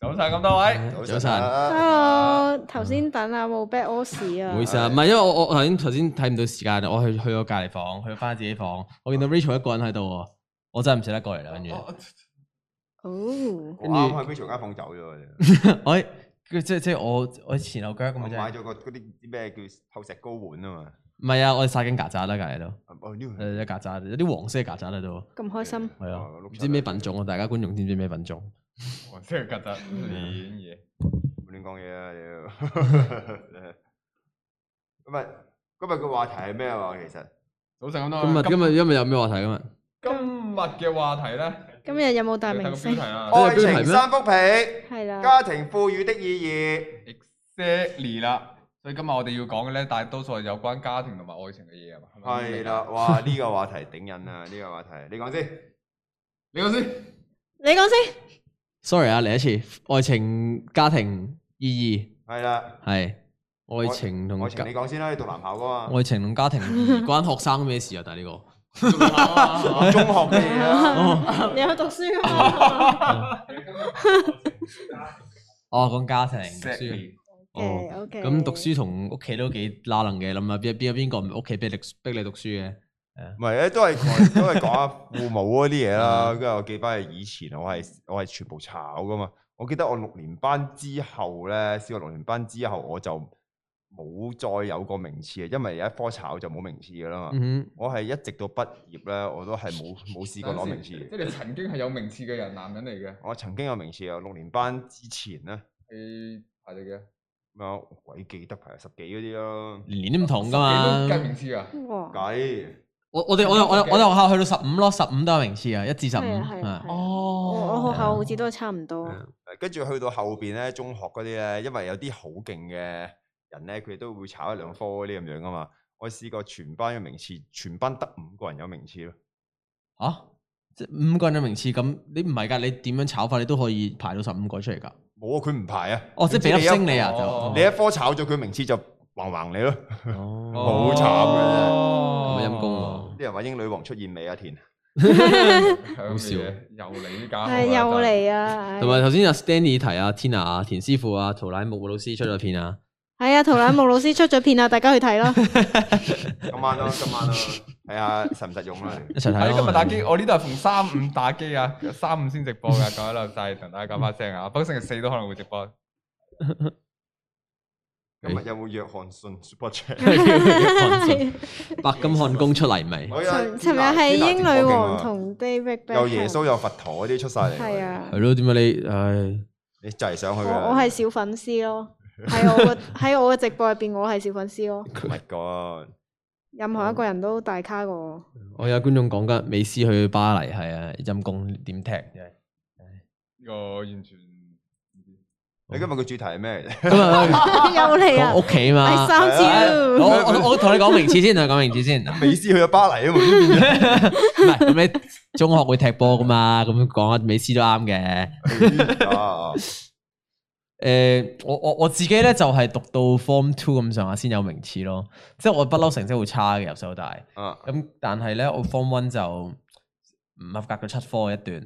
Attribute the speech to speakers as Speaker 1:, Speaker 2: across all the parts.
Speaker 1: 早晨咁多位，
Speaker 2: 嗯早晨
Speaker 3: 哎啊，
Speaker 4: Ờ. Hello，頭先等啊冇 back o s
Speaker 2: 唔
Speaker 4: 啊
Speaker 2: 好意，思啊，唔係因為我我頭先頭先睇唔到時間，啊我去去咗隔離房，去翻自己房，我
Speaker 3: 哦
Speaker 2: 見到 Rachel 一個人喺度喎，我真係唔捨得過嚟啦，跟住，
Speaker 4: 哦，
Speaker 2: 跟
Speaker 3: 我
Speaker 2: 住
Speaker 3: 啱喺 Rachel 間房走咗嘅啫，
Speaker 2: 我喺佢即即我我喺前後腳咁
Speaker 3: 哦我
Speaker 2: 啊，真
Speaker 3: 買
Speaker 2: 係，
Speaker 3: 咗個嗰啲唔知咩叫透石膏碗啊嘛
Speaker 2: 唔係啊，我哋殺緊曱甴啦，隔離度，
Speaker 3: 啊，哦呢個
Speaker 2: 誒有曱甴，有啲黃色嘅曱甴喺度，
Speaker 4: 咁開心，
Speaker 2: 係啊
Speaker 3: 哦，
Speaker 2: 唔
Speaker 3: 碌柒
Speaker 2: 知咩品種啊，大家觀眾知唔知咩品種？
Speaker 1: 我真係覺得
Speaker 2: 嗯
Speaker 1: 演嘢。
Speaker 3: 亂講嘢啊 屌！今日今日嘅話題係咩啊？話其實
Speaker 1: 早晨咁
Speaker 3: 啊
Speaker 1: 多
Speaker 2: 今
Speaker 1: 位，
Speaker 2: 日啊今日今日有咩話題今日？
Speaker 1: 今日嘅話題咧，
Speaker 4: 今日有冇大
Speaker 1: 你睇個
Speaker 4: 明
Speaker 1: 標
Speaker 4: 星
Speaker 1: 題？啊啦
Speaker 2: 哦
Speaker 3: 愛情三幅被，
Speaker 4: 係
Speaker 2: 啊
Speaker 4: 啦，
Speaker 3: 家庭富裕的意義。
Speaker 1: ，exactly 啦。所以今日我哋要講嘅咧，大多數係有關家庭同埋愛情嘅嘢啊嘛。係咪
Speaker 3: 係啦，，哇！呢個話題頂癮啊！呢個話題，你講先。
Speaker 1: 你講先。
Speaker 4: 你講先，
Speaker 2: Sorry 啊，嚟一次，愛情、家庭、意
Speaker 3: 係啦，
Speaker 2: 義係愛情同
Speaker 3: 愛情你
Speaker 2: 家
Speaker 3: 講先啦，你讀男校噶嘛？
Speaker 2: 愛情同家 庭意義關學生咩事啊？但係呢個
Speaker 3: 中學嘅嘢啊，
Speaker 4: 你有讀書啊嘛
Speaker 2: 哦，講家庭讀書
Speaker 1: Exactly
Speaker 2: 哦
Speaker 4: ？OK OK，
Speaker 2: 咁讀書同屋企都幾拉能嘅，諗下邊邊有邊個唔屋企逼你逼你讀書嘅？
Speaker 3: 唔係咧，都係講都係講下父母嗰啲嘢啦。跟住我記翻係以前，我係我係全部炒噶嘛。我記得我六年班之後咧，小學六年班之後我就冇再有個名次嘅，因為有一科炒就冇名次噶
Speaker 1: 啊
Speaker 3: 啦嘛。
Speaker 2: 嗯
Speaker 3: 我係一直到畢業咧，我都係冇冇試過攞名次
Speaker 1: 即
Speaker 3: 嘅。
Speaker 1: 係你曾經係有名次嘅人，男人嚟嘅，
Speaker 3: 我曾經有名次啊，六年班之前咧。
Speaker 1: 係排你嘅，
Speaker 3: 咩啊？鬼記得排十幾嗰啲咯
Speaker 2: 哼，，年年都唔同噶
Speaker 1: 你都計
Speaker 2: 嘛。
Speaker 1: 名次啊？
Speaker 4: 哇，
Speaker 3: 計
Speaker 2: 我我哋我哋我哋我哋學校去到十五咯，十五都有名次啊，一至十五。
Speaker 4: 係啊係啊
Speaker 2: 啊
Speaker 4: 係啊我
Speaker 2: 哦，
Speaker 4: 我學校好似都係差唔多，
Speaker 2: 啊
Speaker 3: 嗯跟住去到後邊咧，中學嗰啲咧，因為有啲好勁嘅人咧，佢哋都會炒一兩科嗰啲咁樣噶嘛。我試過全班嘅名次，全班得五個人有名次咯。
Speaker 2: 啊，即係五個人嘅名次，咁你唔係㗎，你點樣炒法你都可以排到十五個出嚟㗎。
Speaker 3: 冇啊，佢唔排啊。
Speaker 2: 哦，即係俾粒
Speaker 3: 你一
Speaker 2: 星你啊，
Speaker 1: 哦
Speaker 2: 就
Speaker 3: 你一科炒咗佢名次就橫橫 你咯。
Speaker 2: 哦，
Speaker 3: 好慘
Speaker 2: 咁
Speaker 1: 嘅
Speaker 2: 啊陰公
Speaker 3: 啲人話英女王出現未啊？田
Speaker 1: 好
Speaker 2: 笑
Speaker 1: 又嚟呢家，
Speaker 4: 係又嚟啊，
Speaker 2: 同埋頭先阿 Stanley 提啊、Tina 啊、田師傅啊、陶乃木老師出咗片啊，
Speaker 4: 係啊，陶乃木老師出咗片啊，大家去 睇啦，
Speaker 3: 今晚咯，今晚咯，睇下實唔實用啦。
Speaker 2: 一
Speaker 1: 係
Speaker 2: 齊睇咯
Speaker 1: 哎今日打機，我呢度係逢三五打機啊，三五先直播噶， 各位老細同大家講翻聲啊，不過星期四都可能會直播。
Speaker 3: 今 日有冇約翰遜 Super Chat？
Speaker 2: 白金漢宮出嚟未？
Speaker 3: 我有
Speaker 4: 尋
Speaker 3: Tina-
Speaker 4: 尋日
Speaker 3: Tina
Speaker 4: 係英
Speaker 3: 直播勁
Speaker 4: 女
Speaker 3: 喎
Speaker 4: 王同 David Beckham
Speaker 3: 有耶穌有佛陀嗰啲出晒嚟。
Speaker 4: 係，啊
Speaker 2: 係。咯，點解你唉？
Speaker 3: 你就係想去
Speaker 4: 我
Speaker 3: 㗎啦
Speaker 4: 我係小粉絲咯，喺我 個喺我嘅直播入邊，我係小粉絲咯。
Speaker 3: Oh my god！
Speaker 4: 任何一個人都大咖過我，
Speaker 2: 我有觀眾講緊美斯去巴黎係啊，陰公點踢啫？
Speaker 1: 呢個完全
Speaker 2: 哦
Speaker 3: 你今日個主題係咩嚟
Speaker 2: 今
Speaker 3: 啫？
Speaker 2: 日
Speaker 4: 又嚟啊
Speaker 2: 講！屋企
Speaker 4: 第
Speaker 2: 嘛。
Speaker 4: 三次
Speaker 2: 唉我
Speaker 4: 啦，
Speaker 2: 我我同你講名次先，同你啊講名次先。唔
Speaker 3: 美斯去咗巴黎啊嘛，
Speaker 2: 係咁，你中學會踢波噶嘛？咁講下美斯都啱嘅。
Speaker 3: 啊，
Speaker 2: 誒、我我我自己咧就係、讀到 Form Two 咁上下先有名次咯，即係我不嬲成績會差嘅由細到大。
Speaker 3: 啊
Speaker 2: 咁但係咧，我 Form One 就唔合格咗七科一段，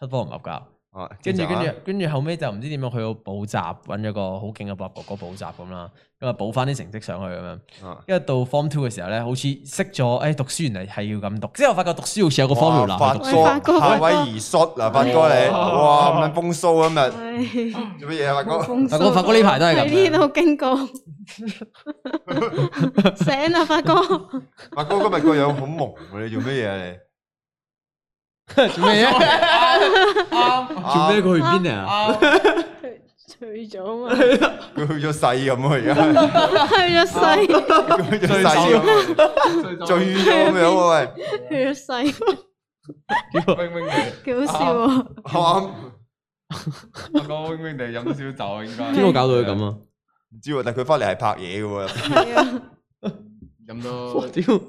Speaker 2: 七科唔合格。
Speaker 3: 啊，
Speaker 2: 跟住
Speaker 3: 正
Speaker 2: 跟
Speaker 3: 常啊
Speaker 2: 住跟住後尾就唔知點樣去到補習，揾咗個好勁嘅博哥哥補習咁啦，咁啊補翻啲成績上去咁樣。
Speaker 3: 啊
Speaker 2: 跟住到 Form Two 嘅時候咧，好似識咗，誒、讀書原來係要咁讀。之後我發覺讀書好似有個
Speaker 3: 哇
Speaker 2: formula
Speaker 3: 發
Speaker 2: 去讀哦
Speaker 4: 喂發
Speaker 3: 哥
Speaker 4: 哥
Speaker 3: 夏威夷 shot 啊，發哥你，哇
Speaker 1: 哇
Speaker 3: 咁樣風騷啊今日
Speaker 4: 唉
Speaker 3: 做乜嘢啊，發
Speaker 4: 冇
Speaker 3: 哥？
Speaker 4: 風
Speaker 2: 發哥
Speaker 4: 騷
Speaker 2: 發哥呢排都係咁
Speaker 4: 喺呢度經過，醒啦，發哥，
Speaker 3: 發哥今日個樣好蒙啊，你做乜嘢啊你？
Speaker 2: 做咩嘢？
Speaker 1: 啱
Speaker 2: 做咩？佢去邊 啊？
Speaker 1: 啱，
Speaker 4: 退咗嘛，去
Speaker 3: 佢去咗世咁 啊，
Speaker 4: 咗世，
Speaker 3: 而家佢去咗世咁啊， 醉
Speaker 1: 最
Speaker 3: 咗咁樣啊 喂，
Speaker 4: 去咗世，
Speaker 1: wing wing 地，
Speaker 4: 幾好笑喎！
Speaker 3: 啱
Speaker 1: 我講 wing wing 地飲少酒啊應該。
Speaker 2: 邊個搞到佢咁啊？
Speaker 3: 唔知喎，但係佢翻嚟係拍嘢嘅喎，
Speaker 4: 係啊
Speaker 1: 飲
Speaker 2: 哇
Speaker 1: 到
Speaker 2: 屌，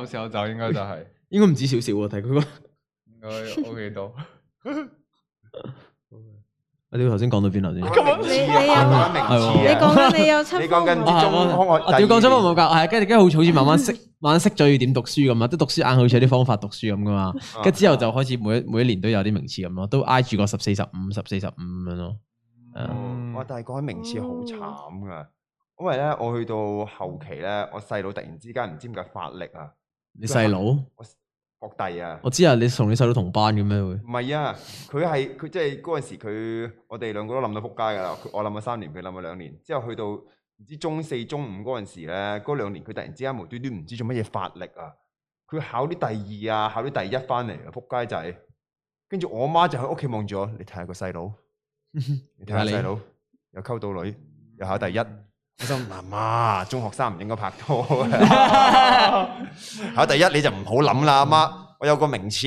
Speaker 1: 有少酒應該就係
Speaker 2: 應該唔止少少喎，睇佢個。
Speaker 1: 應該 OK 到。
Speaker 2: 我屌頭先講到邊頭先？
Speaker 4: 你
Speaker 3: 啊講
Speaker 4: 你有
Speaker 3: 名
Speaker 2: 係
Speaker 4: 你
Speaker 3: 次啊，
Speaker 4: 講緊你有七
Speaker 3: 你
Speaker 4: 科
Speaker 3: 講緊
Speaker 4: 唔
Speaker 3: 啲中
Speaker 4: 合
Speaker 2: 啊我
Speaker 3: 空
Speaker 2: 我屌講真，我冇教，係啊跟住跟住好似慢 慢識，慢慢識咗要點讀書咁啊，即係讀書硬係好似有啲方法讀書咁噶嘛。
Speaker 1: 啊
Speaker 3: 啊
Speaker 2: 跟住之後就開始每一每一年都有啲名次咁咯，都挨住個十四、十五、十四、十五咁樣咯。
Speaker 3: 我但係講緊名次好慘噶，因為咧我去到後期咧，我細佬突然之間唔知點解發力啊，
Speaker 2: 你細佬，
Speaker 3: 各弟啊，
Speaker 2: 我知啊，你同你細佬同班嘅咩會？
Speaker 3: 唔係啊，佢係佢即係嗰陣時佢我哋兩個都冧到撲街㗎啦，佢我冧咗三年，佢冧咗兩年，之後去到唔知中四中五嗰陣時咧，嗰兩年佢突然之間無端端唔知做乜嘢發力啊，佢考啲第二啊，考啲第一翻嚟啊，撲街仔，跟住我媽就喺屋企望住我，你睇下個 細佬。你睇下細佬又溝到女，又考 第一。我心諗媽媽，中學生唔應該拍拖 嘅考第一你就唔好諗啦，阿媽。我有個名次，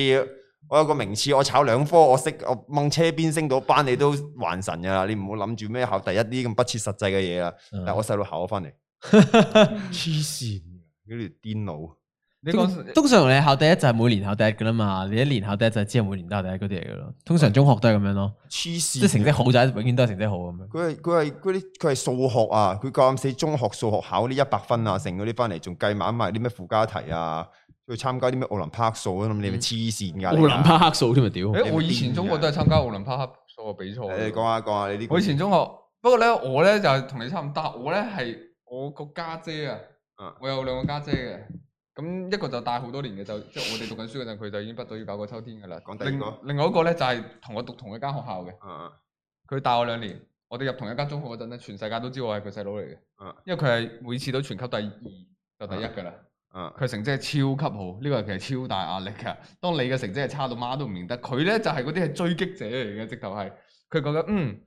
Speaker 3: 我有個名次，我炒兩科，我識我掹車邊升到班，你都還神㗎啦。你唔好諗住咩考第一啲咁不切實際嘅嘢啦。
Speaker 2: 嗯
Speaker 3: 但係我細佬考咗 翻嚟，黐線嘅，嗰條癲佬。
Speaker 1: 你
Speaker 2: 通
Speaker 1: 講
Speaker 2: 通常你考第一就係每年考第一噶啦嘛，你一年考第一就係之後每年都考第一嗰啲嚟噶咯。通常中學都係咁樣咯，
Speaker 3: 黐線嘅，
Speaker 2: 即係成績好就係永遠都係成績好咁樣。
Speaker 3: 佢係佢係嗰啲佢係數學啊，佢咁死中學數學考啲一百分啊，剩嗰啲翻嚟仲計埋埋啲咩附加題啊，去參加啲咩奧林匹克數啊，咁你咪黐線㗎！
Speaker 2: 嗯奧林匹克數添啊屌！
Speaker 1: 誒，我以前中國都係參加奧林匹克數學比賽
Speaker 3: 克，
Speaker 1: 嘅。
Speaker 3: 你講下講下你呢個？
Speaker 1: 我以前中學，不過咧我咧就係同你差唔多，但我咧係我個家姐啊
Speaker 3: 嗯，
Speaker 1: 我有兩個家姐嘅。咁一個就大好多年嘅，就即係我哋讀緊書嗰陣，佢就已經畢咗業搞過秋天噶啦
Speaker 3: 講。第二
Speaker 1: 另
Speaker 3: 個
Speaker 1: 另外一個咧就係同我讀同一間學校嘅，
Speaker 3: 嗯
Speaker 1: 佢大我兩年。我哋入同一間中學嗰陣咧，全世界都知我係佢細佬嚟嘅
Speaker 3: 嗯，
Speaker 1: 因為佢係每次都全級第二就第一噶啦。
Speaker 3: 嗯
Speaker 1: 佢成績係超級好，呢個係其實超大壓力㗎。當你嘅成績係差到媽都唔認得，佢呢就係嗰啲係追擊者嚟嘅，直頭係佢覺得嗯，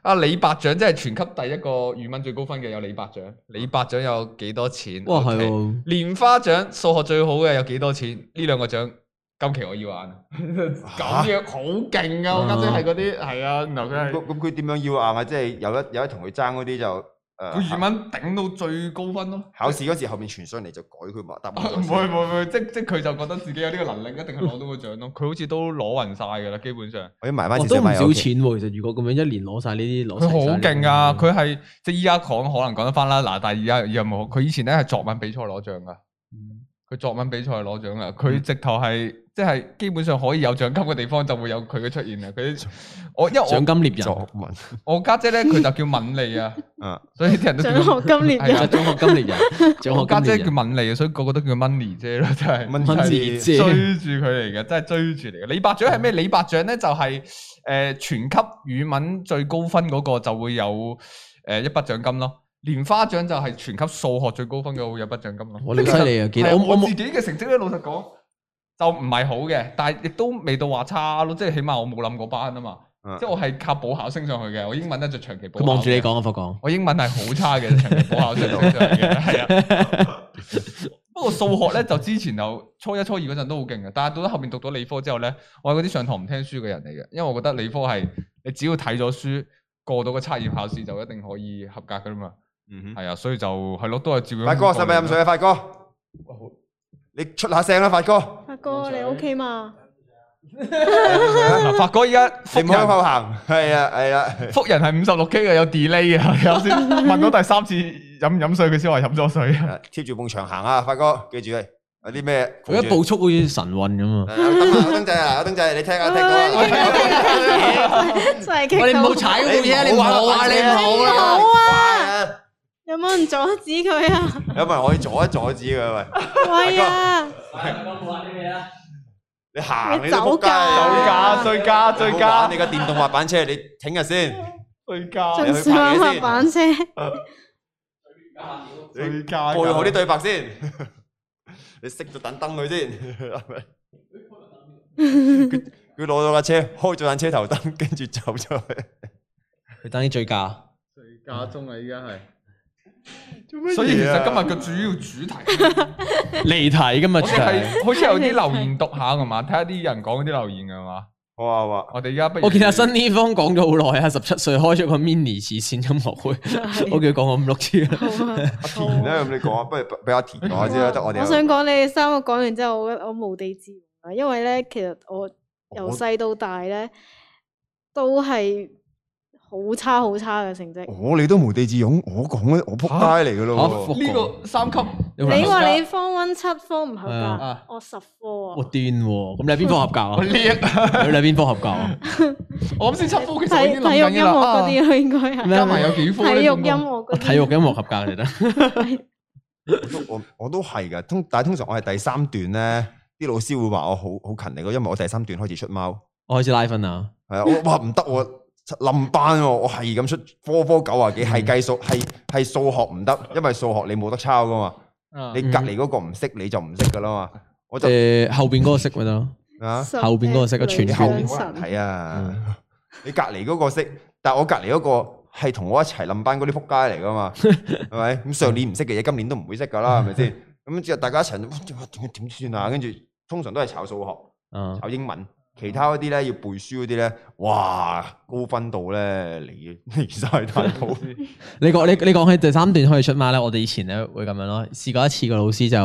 Speaker 1: 阿李伯獎即係全級第一個語文最高分嘅有李伯獎，李伯獎有幾多錢？
Speaker 2: 哇係
Speaker 1: OK
Speaker 2: 喎，
Speaker 1: 蓮花獎數學最好嘅有幾多錢？呢兩個獎今期我要玩，咁樣好勁啊！我家姐係嗰啲
Speaker 2: 嗯
Speaker 1: 係啊，然後佢
Speaker 3: 咁
Speaker 1: 係
Speaker 3: 咁佢點樣要硬啊？即係有一有一同佢爭嗰啲就誒，
Speaker 1: 佢語
Speaker 3: 呃
Speaker 1: 文頂到最高分咯。
Speaker 3: 考試嗰時後面傳上嚟就改佢嘛答 案
Speaker 1: 唔
Speaker 3: 嗰時。
Speaker 1: 會唔會唔會，即即佢就覺得自己有呢個能力，一定係攞到個獎咯。 佢好似都攞暈晒㗎啦，基本上。
Speaker 3: 我要埋翻
Speaker 2: 我都
Speaker 3: 少少
Speaker 2: 唔
Speaker 3: 埋
Speaker 2: 少
Speaker 3: 屋企。
Speaker 2: 錢喎。其實如果咁樣一年攞晒呢啲攞，
Speaker 1: 佢好勁啊！佢係即依家講可能講得翻啦，嗱，但係而家又冇佢以前咧係作文比賽攞獎㗎，佢作文比賽係攞獎㗎，佢直頭係即係基本上可以有獎金嘅地方就會有佢嘅出現啊！佢我因為
Speaker 2: 獎
Speaker 1: 我
Speaker 2: 金獵人
Speaker 3: 作，文
Speaker 1: 我家姐咧佢就叫敏利 啊，
Speaker 3: 嗯
Speaker 1: 所以啲人都叫
Speaker 4: 獎學金
Speaker 1: 係
Speaker 4: 獵
Speaker 1: 啊
Speaker 4: 人
Speaker 2: 獎學金獵人，
Speaker 1: 我家
Speaker 2: 獎學
Speaker 1: 姐叫
Speaker 2: 金獵人，
Speaker 1: 敏利，所以個個都叫 Money 姐咯，真係。
Speaker 3: 蚊
Speaker 2: 蚊
Speaker 3: 仔
Speaker 2: 字
Speaker 1: 追
Speaker 2: 姐
Speaker 1: 住佢嚟嘅，真係追住嚟嘅。李伯獎係咩？李伯獎咧就係、呃全級語文最高分嗰個就會有誒、呃、一筆獎金咯。蓮花獎就係全級數學最高分嘅會有一筆獎金咯。
Speaker 2: 我你犀利啊！記
Speaker 1: 係
Speaker 2: 得
Speaker 1: 啊
Speaker 2: 我
Speaker 1: 我
Speaker 2: 我
Speaker 1: 自
Speaker 2: 冇
Speaker 1: 己嘅成績咧，老實講就唔係好嘅，但係亦都未到話差咯。即係起碼我冇冧過班啊嘛，
Speaker 3: 嗯
Speaker 1: 即係我係靠補考升上去嘅。我英文咧就長期補
Speaker 2: 佢
Speaker 1: 考。
Speaker 2: 望住你，講啊，福講。
Speaker 1: 我英文係好差嘅，長期補考升上去嘅，係啊。 不過數學咧就之前就初一初二嗰陣都好勁嘅，但係到咗後面讀咗理科之後咧，我係嗰啲上堂唔聽書嘅人嚟嘅，因為我覺得理科係你只要睇咗書過到個測驗考試就一定可以合格噶啦嘛，
Speaker 3: 嗯哼
Speaker 1: 係啊，所以就係咯，都係照樣。
Speaker 3: 發哥使唔使飲水？啊？發哥，你出下聲啦，發 哥，
Speaker 4: 阿哥你 OK 嘛？
Speaker 1: 嗱，發哥依家
Speaker 3: 你
Speaker 1: 復
Speaker 3: 唔好向
Speaker 1: 人
Speaker 3: 後行。係啊係啊。
Speaker 1: 復人係五十六 K 嘅，有 delay 嘅，有先問到第三次飲唔飲水，佢先話飲咗 水。
Speaker 3: 啊貼住埲牆行啊，發哥，記住啊，有啲咩？
Speaker 2: 佢一步速好似神運咁 啊！
Speaker 3: 啊。有燈啊有燈仔啊，有燈仔，你聽啊，聽到
Speaker 4: 어,
Speaker 3: 啊，我聽到啊
Speaker 4: 真係激
Speaker 2: 喂，你唔好
Speaker 4: 到，
Speaker 2: 踩嗰部嘢，你唔好啊，你唔好
Speaker 4: 你唔
Speaker 2: 啦
Speaker 4: 好。啊！
Speaker 3: 啊，
Speaker 4: 有冇人阻止佢啊？
Speaker 3: 有冇人可以阻一阻止佢喂？
Speaker 4: 喂啊！
Speaker 3: 你行
Speaker 4: 你
Speaker 3: 你都仆街，
Speaker 4: 走㗎走㗎
Speaker 1: 追加追加
Speaker 3: 你唔好玩你架電動滑板車，你挺下先，
Speaker 1: 追加
Speaker 4: 仲上滑啊板車，
Speaker 1: 追加，
Speaker 3: 背好啲對白先。 你熄咗等燈佢先， 係咪佢佢攞到架車，開咗盞車頭燈，跟住走咗去。
Speaker 2: 佢等啲醉駕，
Speaker 1: 追加中啊！依家係。
Speaker 3: 做乜嘢啊
Speaker 1: 所以其實今日嘅主要主題，
Speaker 2: 離題今日
Speaker 1: 我
Speaker 2: 主
Speaker 1: 哋
Speaker 2: 題。
Speaker 1: 係好似有啲留言讀下㗎嘛，睇下啲人講嗰啲留言㗎嘛。
Speaker 3: 好啊好啊，
Speaker 1: 我哋而家不如
Speaker 2: 我見阿新呢方講咗好耐啊，十七歲開咗個 mini 慈善音樂會，我叫佢講過五六次啦。
Speaker 4: 好 啊！
Speaker 3: 阿
Speaker 4: 네,
Speaker 3: 田咧，咁你講啊，不如俾阿田
Speaker 4: 어,
Speaker 3: 講下先啦，得我哋有。
Speaker 4: 想講你哋三個講完之後，我我無地自容啊，因為咧，其實我由細到大咧都係好差好差嘅成績。
Speaker 3: 我哦你都無地自容，我講咧，我仆街嚟噶
Speaker 2: 嚇
Speaker 3: 咯
Speaker 2: 仆
Speaker 3: 喎。
Speaker 1: 呢個三級，
Speaker 2: 你
Speaker 4: 你話你科 o 七科唔合
Speaker 2: 係
Speaker 4: 格
Speaker 1: 哦啊，
Speaker 4: 我十科
Speaker 2: 哦我
Speaker 4: 啊，
Speaker 2: 癲喎！咁你係邊科合格 啊
Speaker 1: 我？叻啊！
Speaker 2: 你係邊科合格啊？
Speaker 1: 我啱先七科其實我已
Speaker 4: 體
Speaker 1: 經
Speaker 4: 體
Speaker 1: 諗緊
Speaker 4: 育音
Speaker 1: 㗎
Speaker 4: 樂
Speaker 1: 啦，
Speaker 4: 嗰
Speaker 1: 啊
Speaker 4: 啲咯，應該係
Speaker 2: 咩
Speaker 1: 加埋有幾科呢
Speaker 4: 體育
Speaker 1: 總
Speaker 4: 音
Speaker 1: 共
Speaker 4: 樂
Speaker 2: 我
Speaker 4: 嗰
Speaker 2: 體育音
Speaker 4: 啲。
Speaker 2: 樂合格嚟得。
Speaker 3: 我都我我都係噶，通但係通常我係第三段咧，啲老師會話我好好勤力咯，因為我第三段開始出貓，
Speaker 2: 我開始拉分 啦！
Speaker 3: 係啊，我哇唔得我 冧班喎，我係咁出科科九啊幾，
Speaker 2: 嗯
Speaker 3: 係計數係係數學唔得，因為數學你冇得抄噶嘛，
Speaker 1: 啊
Speaker 3: 你隔離嗰個唔識你就唔識噶啦嘛，我就
Speaker 2: 嗯誒後邊嗰個識咪得咯？
Speaker 3: 啊。
Speaker 4: 十
Speaker 2: 後邊嗰個識個全
Speaker 3: 你
Speaker 4: 女
Speaker 2: 部
Speaker 3: 後
Speaker 4: 上
Speaker 3: 面
Speaker 4: 神
Speaker 3: 睇啊！你隔離嗰個識，但係我隔離嗰個係同我一齊冧班嗰啲仆街嚟噶嘛，係咪？咁上年唔識嘅嘢，今年都唔會識噶啦，係咪先？咁之後大家一齊哇點點點算啊？跟住通常都係炒數學、
Speaker 2: 啊，
Speaker 3: 炒英文，其他嗰啲咧要背書嗰啲咧，哇高分度咧 離離曬大譜。
Speaker 2: 你講你你講起第三段可以出馬咧，我哋以前咧會咁樣咯，試過一次個老師就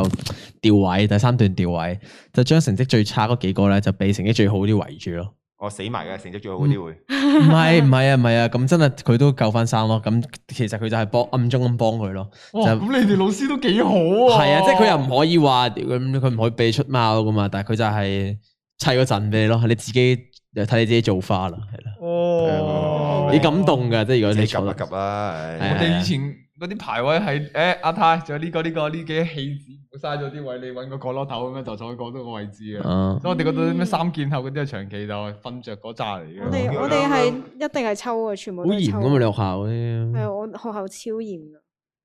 Speaker 2: 調位，第三段調位就將成績最差嗰幾個咧就俾成績最好啲圍住咯。
Speaker 3: 我死埋嘅成績最好嗰啲
Speaker 2: 唔
Speaker 3: 會，
Speaker 2: 係唔係啊唔係啊，咁真係佢都救翻生咯。咁其實佢就係幫暗中咁幫佢咯。
Speaker 1: 哇！
Speaker 2: 就
Speaker 1: 咁你哋老師都幾好啊！
Speaker 2: 係啊，即係佢又唔可以話屌咁，佢唔可以俾出貓噶嘛，啊但係佢就係砌個陣俾你咯，你自己又睇你自己做花啦，係啦，
Speaker 1: 哦，
Speaker 2: 你感動啊噶，即係如啊果
Speaker 3: 你
Speaker 2: 你
Speaker 3: 及
Speaker 2: 坐得
Speaker 3: 一及啦，唉
Speaker 1: 我哋以前嗰啲排位係誒阿泰，仲有呢個呢個呢幾戲子冇嘥咗啲位，你揾個角落頭咁樣就坐喺嗰個位置啊！
Speaker 2: 啊，
Speaker 1: 所以我哋嗰度啲咩三劍後嗰啲係長期就係瞓着嗰扎嚟嘅。
Speaker 4: 我哋我哋係一定係抽嘅，全部
Speaker 2: 好
Speaker 4: 都係
Speaker 2: 嚴啊
Speaker 4: 抽
Speaker 2: 噶嘛，你學校嗰
Speaker 4: 係
Speaker 2: 啲。
Speaker 4: 啊我學校超嚴噶，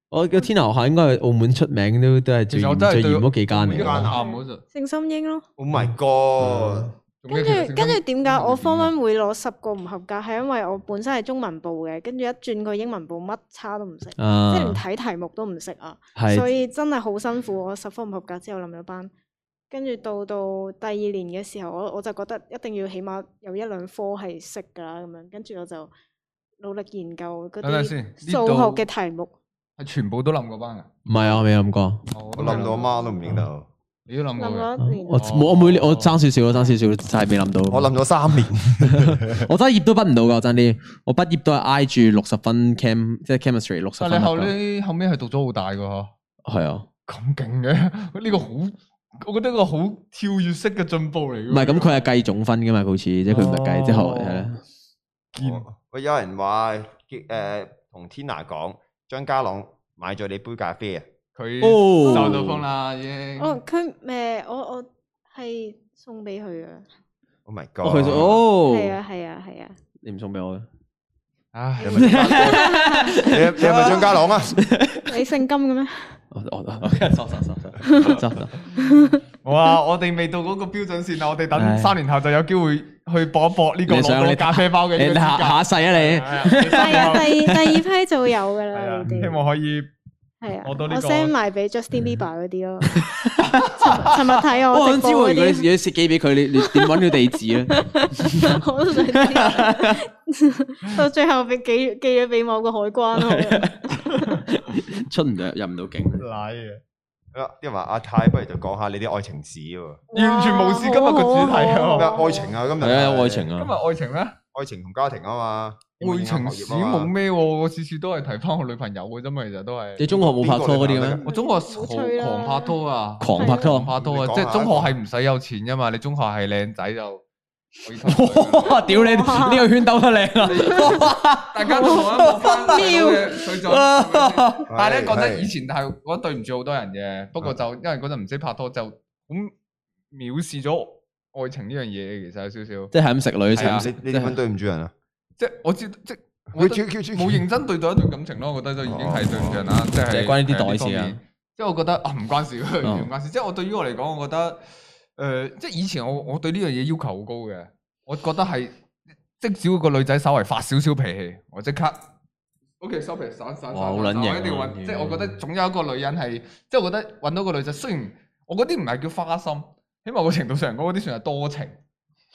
Speaker 2: 我嘅天南學校應該係澳門出名都都係
Speaker 1: 嗯
Speaker 2: 最
Speaker 1: 其實我
Speaker 2: 嚴
Speaker 1: 真係
Speaker 2: 最
Speaker 1: 對
Speaker 2: 嚴嗰幾間
Speaker 1: 每一
Speaker 2: 嚟
Speaker 1: 間
Speaker 2: 㗎。
Speaker 1: 啊，唔好就。
Speaker 4: 聖心英咯。
Speaker 3: Oh my god！
Speaker 4: 跟住跟住點解
Speaker 1: 嗯啊
Speaker 4: 我 form one 會攞十個唔合格？係因為我本身係中文部嘅，跟住一轉佢英文部乜叉都唔識，即係連
Speaker 2: 啊，
Speaker 4: 睇題目都唔識啊！所
Speaker 2: 係
Speaker 4: 以真係好辛苦。我十科唔合格之後冧咗班，跟住到到第二年嘅時候，我我就覺得一定要起碼有一兩科係識㗎啦，咁樣跟住我就努力研究嗰
Speaker 1: 等等
Speaker 4: 啲
Speaker 1: 先，呢
Speaker 4: 數
Speaker 1: 度
Speaker 4: 學嘅題目。
Speaker 1: 係全部都冧過班噶。
Speaker 2: 唔係啊？我未諗過。
Speaker 3: 我冧到阿媽都唔認得，
Speaker 1: 你都冧過
Speaker 4: 冧
Speaker 1: 嘅。
Speaker 4: 咗一年，
Speaker 2: 啊我冇我每年我爭少少咯，爭少
Speaker 1: 哦
Speaker 2: 少，就係未諗到。
Speaker 3: 我冧咗三年。
Speaker 2: 我真係畢業都畢唔到㗎，我真啲。我畢業都係挨住六十分 chem，即係 chemistry 六十
Speaker 1: 但係
Speaker 2: 分入
Speaker 1: 你後
Speaker 2: 㗎。
Speaker 1: 呢後尾係讀咗好大噶嗬。
Speaker 2: 係啊。
Speaker 1: 咁勁嘅， 呢個好，我覺得一個好跳躍式嘅進步嚟嘅。
Speaker 2: 唔係咁，佢係計總分噶嘛，佢好似即係佢唔係計即係
Speaker 1: 哦
Speaker 2: 學係啦。
Speaker 1: 見
Speaker 3: 喂，有人話誒同 Tina 講，張家朗買咗你杯咖啡啊！
Speaker 1: 佢
Speaker 2: 哦
Speaker 1: 受到風啦，已經。
Speaker 4: 哦，佢誒我我係送俾佢嘅，
Speaker 3: Oh my
Speaker 2: 哦
Speaker 3: god！
Speaker 2: 佢就
Speaker 4: 係
Speaker 2: 哦，
Speaker 4: 啊係啊係啊，
Speaker 2: 你唔送俾我嘅，
Speaker 1: 唉
Speaker 3: 你係咪張家朗你係你係咪張家朗啊？
Speaker 4: 你姓金嘅咩？
Speaker 2: 我我 我收收收 收收收。
Speaker 1: 哇！我哋未到嗰個標準線啦，我哋
Speaker 2: 唉
Speaker 1: 等三年後就有機會去搏一搏呢個
Speaker 2: 你想
Speaker 1: 攞
Speaker 2: 你
Speaker 1: 到咖啡包嘅呢
Speaker 2: 你
Speaker 1: 個資格。
Speaker 2: 下下一世啊你
Speaker 1: 係，啊你三
Speaker 4: 係
Speaker 1: 年
Speaker 4: 啊，
Speaker 1: 後
Speaker 4: 第二第二批就會有㗎
Speaker 1: 係
Speaker 4: 啦，
Speaker 1: 啊
Speaker 4: 你哋
Speaker 1: 希望可以
Speaker 4: 係啊，
Speaker 1: 我
Speaker 4: 我
Speaker 1: 到呢個
Speaker 4: send 埋俾 Justin Bieber 嗰啲咯。
Speaker 1: 嗯
Speaker 4: 尋尋日睇
Speaker 2: 我
Speaker 4: 我直
Speaker 2: 想知喎，如
Speaker 4: 播
Speaker 2: 果
Speaker 4: 嗰
Speaker 2: 你如
Speaker 4: 啲，
Speaker 2: 果設機俾佢，你你點揾佢地址啊咧？
Speaker 4: 我都想知。 到最後俾寄寄咗俾某個海關
Speaker 1: 啊
Speaker 4: 咯。
Speaker 2: 出唔到入唔到境。
Speaker 1: 奶嘅，
Speaker 3: 啊啲人話阿泰，不如就講下你啲愛情史喎。
Speaker 1: 完全無視今日個主題啊
Speaker 4: 哇
Speaker 1: 哦
Speaker 3: 咩愛情？啊？今日
Speaker 2: 係啊，有愛情
Speaker 1: 今日
Speaker 2: 啊，
Speaker 1: 愛情咧，
Speaker 3: 愛情同家庭啊嘛，
Speaker 1: 愛情史冇咩喎，我次次都係提翻我女朋友嘅啫嘛，其實都
Speaker 2: 你
Speaker 1: 係。
Speaker 2: 中學冇拍拖嗰啲嘅咩？
Speaker 1: 我中學
Speaker 4: 唔好吹啦
Speaker 1: 狂狂拍拖啊！
Speaker 2: 狂拍
Speaker 1: 狂
Speaker 2: 拖。
Speaker 1: 拍拖啊！
Speaker 3: 你講
Speaker 1: 即
Speaker 3: 下
Speaker 1: 係中學係唔使有錢噶嘛，你中學係靚仔就可以溝 女㗎啦。
Speaker 2: 哇！屌你呢個圈兜得靚啊！
Speaker 1: 大家都冇一冇翻嘅水準。係咪先但係咧，
Speaker 3: 係
Speaker 1: 覺
Speaker 3: 啊
Speaker 1: 得以前係我覺得對唔住好多人嘅，不過就因為嗰陣唔識拍拖，就咁藐視咗愛情呢樣嘢，其實有少少。
Speaker 2: 即係咁食女
Speaker 1: 係啊
Speaker 3: 你
Speaker 2: 食，
Speaker 3: 你點樣對唔住人啊？
Speaker 1: 即係我知，即係我
Speaker 3: 佢
Speaker 1: 覺
Speaker 3: 跳
Speaker 1: 得
Speaker 3: 跳跳
Speaker 1: 冇認真對待一段感情咯，我覺得就已經係對唔住人啦，即
Speaker 2: 就
Speaker 1: 係
Speaker 2: 哦係關於啲
Speaker 1: 係
Speaker 2: 袋
Speaker 1: 方
Speaker 2: 事啊哦
Speaker 1: 面。即係我覺得啊，唔關事，完全唔關事。即係我對於我嚟講，我覺得誒、呃即係以前我我對呢樣嘢要求好高嘅，我覺得係即只要個女仔稍微發少少脾氣，我即刻 OK 收皮散散散，
Speaker 2: 哇好
Speaker 1: 散散
Speaker 2: 撚型啊
Speaker 1: 我一定要揾。
Speaker 2: 呢樣
Speaker 1: 即係我覺得總有一個女人係，即係我覺得揾到個女仔，雖然我嗰啲唔係叫花心，起碼個程度上講嗰啲算係多情。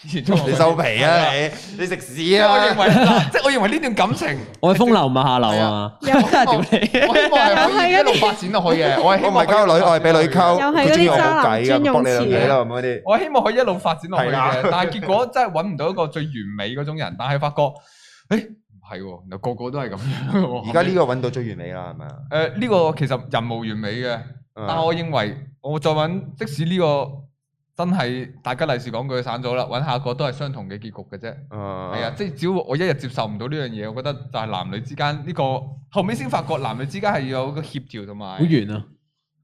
Speaker 1: 以前中學嗰啲
Speaker 3: 你收皮啊！！你你食屎
Speaker 1: 即係我認
Speaker 3: 啊！
Speaker 1: 為嗱，即係我認為呢段感情，
Speaker 2: 我係風流唔係下流啊！
Speaker 1: 我希 望我希望係可以一路發展落去 嘅。我係希
Speaker 3: 我唔
Speaker 1: 望啊
Speaker 3: 係溝 Oh 女，我係俾女溝。
Speaker 4: 又係
Speaker 3: 佢
Speaker 4: 嗰啲
Speaker 3: 中意我冇計
Speaker 4: 渣男專
Speaker 3: 㗎，
Speaker 4: 用
Speaker 3: 搏你兩嘢啦，
Speaker 4: 詞啊
Speaker 3: 係咪嗰啲？
Speaker 1: 我希望可以一路發展落去
Speaker 3: 係啦
Speaker 1: 嘅，但係結果真係揾唔到一個最完美嗰種人，但係發覺，誒唔係係喎，原來個個都係咁樣喎。
Speaker 3: 而家呢個揾到最完美啦，係咪啊？
Speaker 1: 誒呢個其實人無完美嘅，
Speaker 3: 嗯
Speaker 1: 但我認為我再揾，即使呢個真係大家利是講句散咗啦，揾下個都係相同嘅結局嘅啫。係啊，
Speaker 3: 嗯
Speaker 1: 即係只要我一日接受唔到呢樣嘢，我覺得就係男女之間呢個後尾先發覺男女之間係要有個協調同埋
Speaker 2: 好圓
Speaker 1: 誒
Speaker 2: 啊，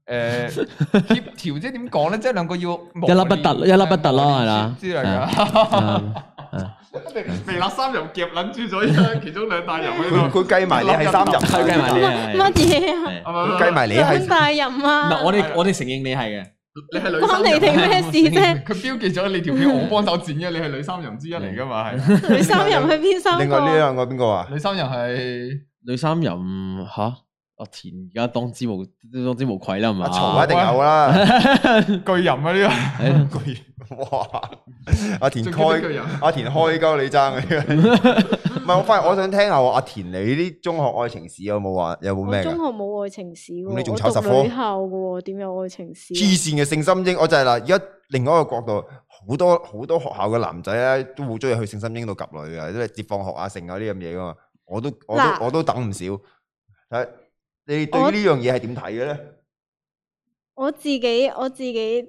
Speaker 1: 呃協調，即係點講咧？即係兩個要一
Speaker 2: 一粒不突一粒不突咯係啊啦
Speaker 1: 之類啊 嘅。
Speaker 2: 啱啱
Speaker 1: 微辣三人夾撚住咗其中兩大人
Speaker 3: 佢
Speaker 1: 喺度，
Speaker 3: 佢計埋你係三人，
Speaker 2: 佢計埋 你係
Speaker 4: 乜嘢啊？
Speaker 2: 係
Speaker 3: 佢計埋你係
Speaker 4: 咁大任
Speaker 2: 唔
Speaker 4: 啊！
Speaker 2: 係我哋我哋承認你係嘅，
Speaker 1: 你係女
Speaker 4: 關你哋咩事 啫？
Speaker 1: 佢標記咗你條片，我幫手剪嘅，你係女三人之一嚟噶嘛？係
Speaker 4: 女三人去邊三
Speaker 3: 另外呢
Speaker 4: 個？
Speaker 3: 兩個邊個啊？
Speaker 1: 女三人係
Speaker 2: 女三人吓，阿田而家當之無當之無愧啦，係嘛？
Speaker 3: 阿 曹一啊定有啦，
Speaker 1: 巨人啊！ 呢
Speaker 2: 係
Speaker 3: 哇！阿田
Speaker 1: 個最高
Speaker 3: 開
Speaker 1: 巨。人。
Speaker 4: 啊
Speaker 3: 阿田開鳩你爭嘅，唔係我反而我想聽下喎阿田你啲中學愛情史有冇話有冇
Speaker 4: 我
Speaker 3: 咩
Speaker 4: 中
Speaker 3: 㗎？
Speaker 4: 學啊冇愛情史喎，
Speaker 3: 咁你仲
Speaker 4: 我
Speaker 3: 炒
Speaker 4: 讀
Speaker 3: 十科
Speaker 4: 女校嘅喎，點有愛情史啊？
Speaker 3: 黐線嘅性心英，我就係嗱，而家另外一個角度，好多好多學校嘅男仔咧都好中意去性心英度及女嘅，即係接放學啊、性啊呢咁嘢噶嘛，我都我
Speaker 4: 嗱
Speaker 3: 都我都等唔少。睇你對
Speaker 4: 我
Speaker 3: 呢樣嘢係點睇嘅咧？
Speaker 4: 我自己我自己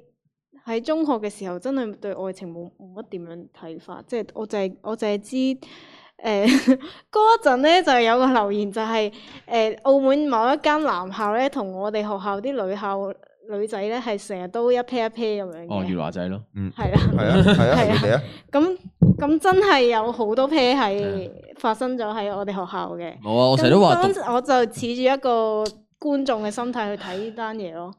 Speaker 4: 喺中學嘅時候，真係對愛情冇冇乜點樣睇法，即係我就係、我就係知誒嗰陣咧就有個留言就係、誒、澳門某一間男校咧，同我哋學校啲女校女仔咧係成日都一 pair 一 pair 咁樣
Speaker 2: 哦，
Speaker 4: 嘅，
Speaker 2: 月華仔咯，
Speaker 4: 係啦、
Speaker 3: 係啊
Speaker 2: 嗯
Speaker 3: 係啊，係你哋啊，
Speaker 4: 咁咁真係有好多 pair 係發生咗喺我哋學校嘅。
Speaker 2: 冇啊啊，我成日都話
Speaker 4: 咁
Speaker 2: 讀
Speaker 4: 當時我就持住一個觀眾嘅心態去睇呢單嘢咯。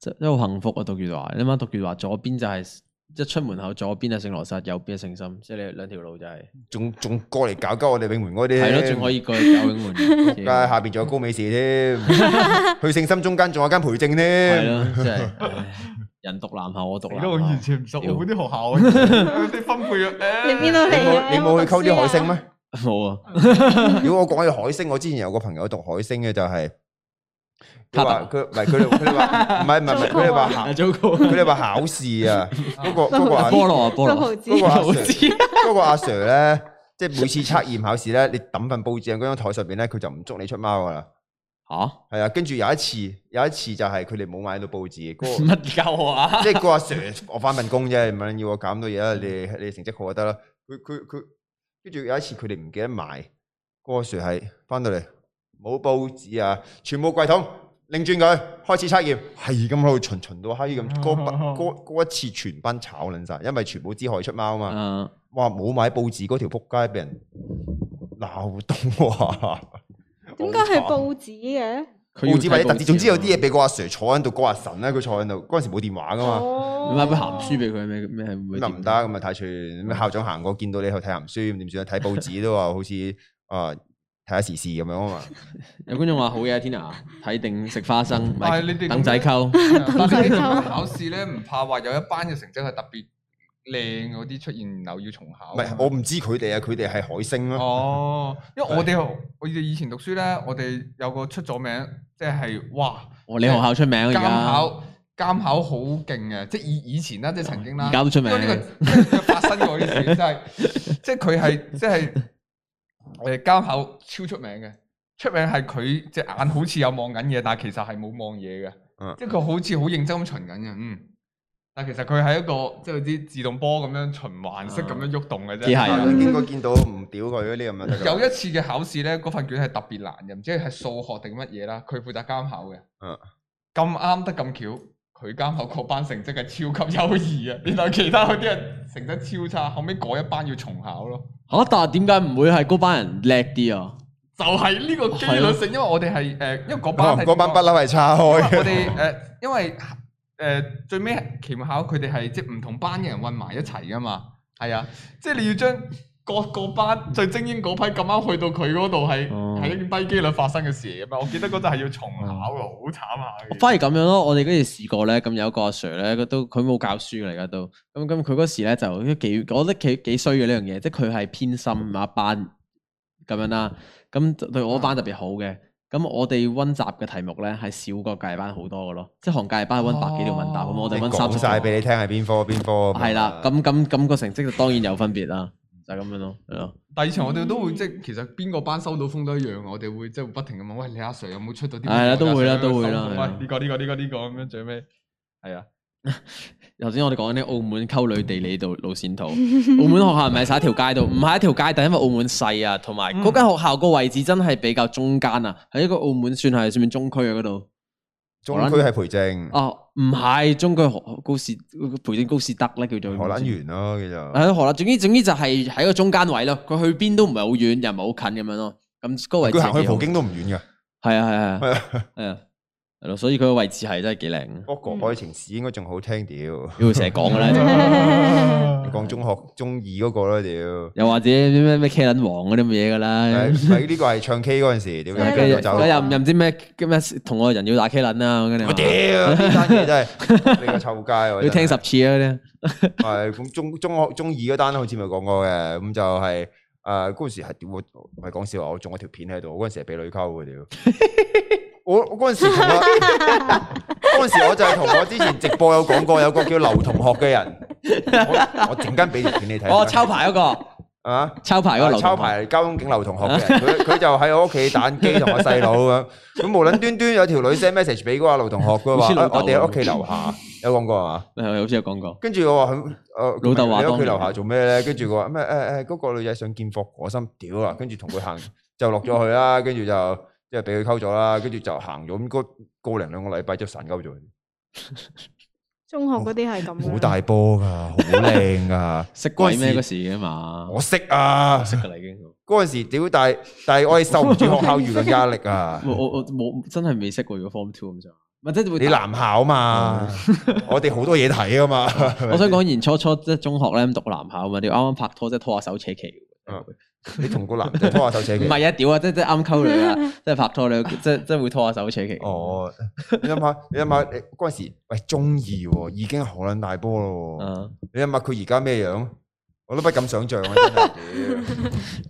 Speaker 2: 真真好幸福啊！讀月華，你啱啱讀月華，左邊就係一出門口，左邊係聖羅薩，右邊係聖心，即係你兩條路就係
Speaker 3: 仲仲過嚟搞鳩我哋永門嗰啲，
Speaker 2: 係咯，仲可以過去九永門，
Speaker 3: 仆街，下邊仲有高美士 添，去性心中間仲有間培正
Speaker 2: 係
Speaker 3: 添，
Speaker 2: 咯，即係唉人讀男校，我讀
Speaker 1: 你
Speaker 2: 男
Speaker 1: 都完
Speaker 2: 校，
Speaker 1: 全唔熟
Speaker 2: 屌
Speaker 1: 我啲學校啊！佢哋分配咗誒
Speaker 4: 你邊度
Speaker 3: 你
Speaker 4: 嚟啊
Speaker 3: 冇你冇去溝啲海星 咩？
Speaker 2: 冇啊，
Speaker 3: 如果我講起海星，我之前有個朋友讀海星嘅就係、
Speaker 2: 卡特
Speaker 3: 佢話佢唔係佢哋佢 哋話唔係唔係唔係佢
Speaker 1: 啊
Speaker 3: 哋話考
Speaker 2: 阿糟糕，
Speaker 3: 佢哋話考試啊，嗰、 個嗰、個阿
Speaker 2: 菠蘿啊菠
Speaker 4: 六
Speaker 2: 蘿
Speaker 4: 毫。子
Speaker 3: 嗰個阿
Speaker 2: 我
Speaker 3: Sir
Speaker 2: 知
Speaker 3: 嗰個阿 Sir 咧，即係每次測驗考試咧，你抌份報紙喺嗰張台上邊咧，佢就唔捉你出貓噶啦。
Speaker 2: 吓
Speaker 3: 係啊，跟住有一次有一次就係佢哋冇買到報紙，嗰、個
Speaker 2: 乜鳩啊？
Speaker 3: 即係個阿 Sir 我翻份工啫，唔緊要我減到嘢啦，你你成績好就得啦。佢佢佢，跟住有一次佢哋唔記得買，嗰個阿 Sir 係翻到嚟冇報紙啊，全部櫃桶擰轉佢，開始測驗，係咁喺度巡巡到閪
Speaker 2: 嗯
Speaker 3: 咁。嗰 筆嗰嗰一次全班炒撚晒，因為全部知害出貓啊嘛。
Speaker 2: 嗯，
Speaker 3: 哇！冇買報紙嗰條撲街俾人鬧到啊！
Speaker 4: 點解係報紙嘅？
Speaker 2: 佢要
Speaker 3: 報紙或者
Speaker 2: 睇
Speaker 3: 特
Speaker 2: 報
Speaker 3: 紙，總之有啲
Speaker 2: 啊
Speaker 3: 嘢俾個阿 Sir 坐喺度，個阿神咧佢坐喺度，嗰陣時冇電話噶嘛。
Speaker 4: 哦
Speaker 2: 你買本鹹書俾佢咩咩係會
Speaker 3: 咁又唔得，咁啊太串。咁校長行過見到你去睇鹹書，咁點算啊？睇報紙都話好似啊睇下時事咁樣啊嘛。
Speaker 2: 有觀眾話好嘢，Tina 啊睇定食花生，唔係
Speaker 1: 但係你哋
Speaker 2: 等仔溝，
Speaker 1: 但係你
Speaker 4: 仔
Speaker 1: 哋
Speaker 4: 溝
Speaker 1: 考試咧，唔怕話有一班嘅成績係特別靚嗰啲出現，然後要重考。
Speaker 3: 唔係，我唔知佢哋啊，佢哋係海星咯。
Speaker 1: 哦，因為我哋我哋以前讀書咧，我哋有個出咗名，即係哇
Speaker 2: 我你學校出名啊而
Speaker 1: 監
Speaker 2: 家，
Speaker 1: 考監考好勁嘅，即係以以前啦，即係曾經啦
Speaker 2: 而，家都出
Speaker 1: 因
Speaker 2: 名。
Speaker 1: 為呢個即係發生過呢啲事，真 係即係佢係即係誒監考超出名嘅，出名係佢隻眼好似有望緊嘢，但係其實係冇望嘢嘅，
Speaker 2: 啊
Speaker 3: 嗯
Speaker 1: 即係佢好似好認真咁巡緊嘅，嗯。但係其實佢係一個即係啲自動波咁樣循環式
Speaker 2: 啊
Speaker 1: 咁樣喐動嘅啫，
Speaker 2: 機械人
Speaker 3: 校長經過見到唔屌佢嗰啲咁啊得㗎啦。
Speaker 1: 有一次嘅考試咧，嗰份卷係特別難嘅，唔知係數學定乜嘢啦，佢負責監考嘅。
Speaker 3: 嗯。
Speaker 1: 咁啱得咁巧，佢監考嗰班成績係超級優異啊！原來其他嗰啲人成績超差，後尾嗰一班要重考咯。
Speaker 2: 嚇，但係點解唔會係嗰班人叻啲啊？
Speaker 1: 就係呢個機率性，因為我哋係誒，因為嗰班
Speaker 3: 哦
Speaker 1: 係
Speaker 3: 嗰班不嬲係叉
Speaker 2: 哎
Speaker 3: 開
Speaker 1: 因為我
Speaker 3: 嘅。
Speaker 1: 哋誒，因為誒最尾期末考佢哋係即係唔同班嘅人混埋一齊噶嘛，係啊，即係你要將各個班最精英嗰批咁啱去到佢嗰度係
Speaker 2: 哦
Speaker 1: 係一件低機率發生嘅事嚟噶嘛，我記得嗰陣係要重考
Speaker 2: 哦
Speaker 1: 嘅，好慘啊下
Speaker 2: 我
Speaker 1: 嘅。
Speaker 2: 反而咁樣咯，我哋嗰時試過咧，咁有一個阿 Sir 咧，佢都佢冇教書㗎嚟噶都，咁咁佢嗰時咧就都幾，我覺得幾幾衰嘅呢樣嘢，即係佢係偏心某一班咁樣啦，咁對我
Speaker 3: 啊
Speaker 2: 班特別好嘅，咁我哋温習嘅題目咧係少過隔離班好多嘅咯，即係行隔離班係温百幾條問答，咁、
Speaker 1: 哦
Speaker 2: 我哋
Speaker 3: 哦你
Speaker 2: 温三
Speaker 3: 講
Speaker 2: 十
Speaker 3: 晒啊
Speaker 2: 條。
Speaker 3: 俾你聽係邊科邊科。
Speaker 2: 係啦，咁咁咁個成績就當然有分別啦。就係咁樣咯，係咯。
Speaker 1: 但係以前我哋都會即係其實邊個班收到風都一樣，我哋會即係不停咁問，喂你阿 Sir 有冇出到啲咩啊？
Speaker 2: 係啦都會
Speaker 1: 你
Speaker 2: 啦
Speaker 1: 阿 Sir
Speaker 2: 都會
Speaker 1: 收
Speaker 2: 啦
Speaker 1: 風
Speaker 2: 係啊
Speaker 1: 喂呢個呢個呢個呢個咁樣最尾係啊，
Speaker 2: 頭先我哋講緊啲澳門溝女地理度路線圖，澳門學校唔係喺一條街度，唔係一條街，但因為澳門細啊，同埋
Speaker 1: 嗯
Speaker 2: 嗰間學校個位置真係比較中間啊，喺一個澳門算係算唔算中區啊嗰度？
Speaker 3: 中區係培正，
Speaker 2: 哦，唔係中區學高士培正高士德咧叫做
Speaker 3: 荷蘭園咯，其實
Speaker 2: 係咯荷蘭，總之總之就係喺個中間位咯，佢去邊都唔係好遠，又唔係好近咁樣咯，咁嗰個位置
Speaker 3: 佢行
Speaker 2: 係
Speaker 3: 去
Speaker 2: 幾好
Speaker 3: 葡京都唔遠噶。
Speaker 2: 係啊係啊係啊
Speaker 3: 係啊，
Speaker 2: 係啊，係咯，所以佢個位置係真係幾靚嘅，
Speaker 3: 不過愛情史應該仲好聽屌，
Speaker 2: 要成日講嘅啦。
Speaker 4: 嗯
Speaker 3: 講中學中二嗰個啦屌。
Speaker 2: 又或者咩咩茄撚王嗰啲咁嘢噶啦，
Speaker 3: 咪咪呢個係唱 K 嗰陣時，屌
Speaker 4: 係
Speaker 2: 跟
Speaker 3: 跟
Speaker 2: 住
Speaker 3: 住就
Speaker 2: 佢又唔又唔知咩咩同我人要打 K 撚啦，跟住
Speaker 3: 我屌呢單嘢 真係你個臭街喎！
Speaker 2: 要聽
Speaker 3: 真係
Speaker 2: 十次啊嗰啲，
Speaker 3: 係咁中中學中二嗰單好似咪講過嘅，咁就係誒嗰陣時係屌我唔係講笑啊！我中咗條片喺度，我嗰陣時係俾女溝嘅 屌。我我嗰陣時同我嗰陣時我就係同我之前直播有講過，有個叫劉同學嘅人，我我陣間俾條片你睇。
Speaker 2: 哦抄牌嗰個，
Speaker 3: 啊！
Speaker 2: 抄牌嗰個劉同
Speaker 3: 抄
Speaker 2: 學，
Speaker 3: 牌交通警劉同學嘅， 佢佢就喺我屋企打機同我細佬咁，咁無撚端端有條女 send message 俾嗰個劉同學
Speaker 2: 好
Speaker 3: 嘅話，
Speaker 2: 似老
Speaker 3: 哎
Speaker 2: 豆啊
Speaker 3: 我哋喺
Speaker 2: 咁
Speaker 3: 屋企樓下有講過係嘛？
Speaker 2: 係好似有講過，
Speaker 3: 啊跟住我話呃佢，誒
Speaker 2: 老豆話
Speaker 3: 你喺
Speaker 2: 當
Speaker 3: 屋企
Speaker 2: 年，
Speaker 3: 樓下做咩咧？跟住佢話咩誒誒嗰個女仔想見霍我心屌啊！跟住同佢行 就落咗去啦，跟住就即係俾佢溝咗啦，跟住就行咗咁嗰個零兩個禮拜就散鳩咗，
Speaker 4: 中學嗰啲係咁㗎。
Speaker 3: 好大波㗎，好靚㗎
Speaker 2: 識鬼咩
Speaker 3: 嗰
Speaker 2: 嗰
Speaker 3: 陣
Speaker 2: 時嘅嘛，
Speaker 3: 我識啊
Speaker 2: 我，識噶啦已經，
Speaker 3: 嗰陣時屌，但係但係我係受唔住學校輿論壓力 啊。
Speaker 2: 我我我冇真係未識過如果 form two 咁上下，咪即係會
Speaker 3: 你男校嘛，我哋好多嘢睇啊嘛。
Speaker 2: 我想講年初初即係中學咧讀男校嘛，你啱啱拍拖即係拖下手扯旗，
Speaker 3: 嗯你同個男仔拖下手扯
Speaker 2: 唔
Speaker 3: 旗，
Speaker 2: 係啊屌啊，即係即係啱溝女啊，即係拍拖你即係即係會拖下手扯旗。
Speaker 3: 哦，你諗下，你諗下，你嗰陣時喂中意喎，已經好撚大波咯喎。
Speaker 2: 嗯，
Speaker 3: 你諗下佢而家咩樣，我都不敢想象啊！真係，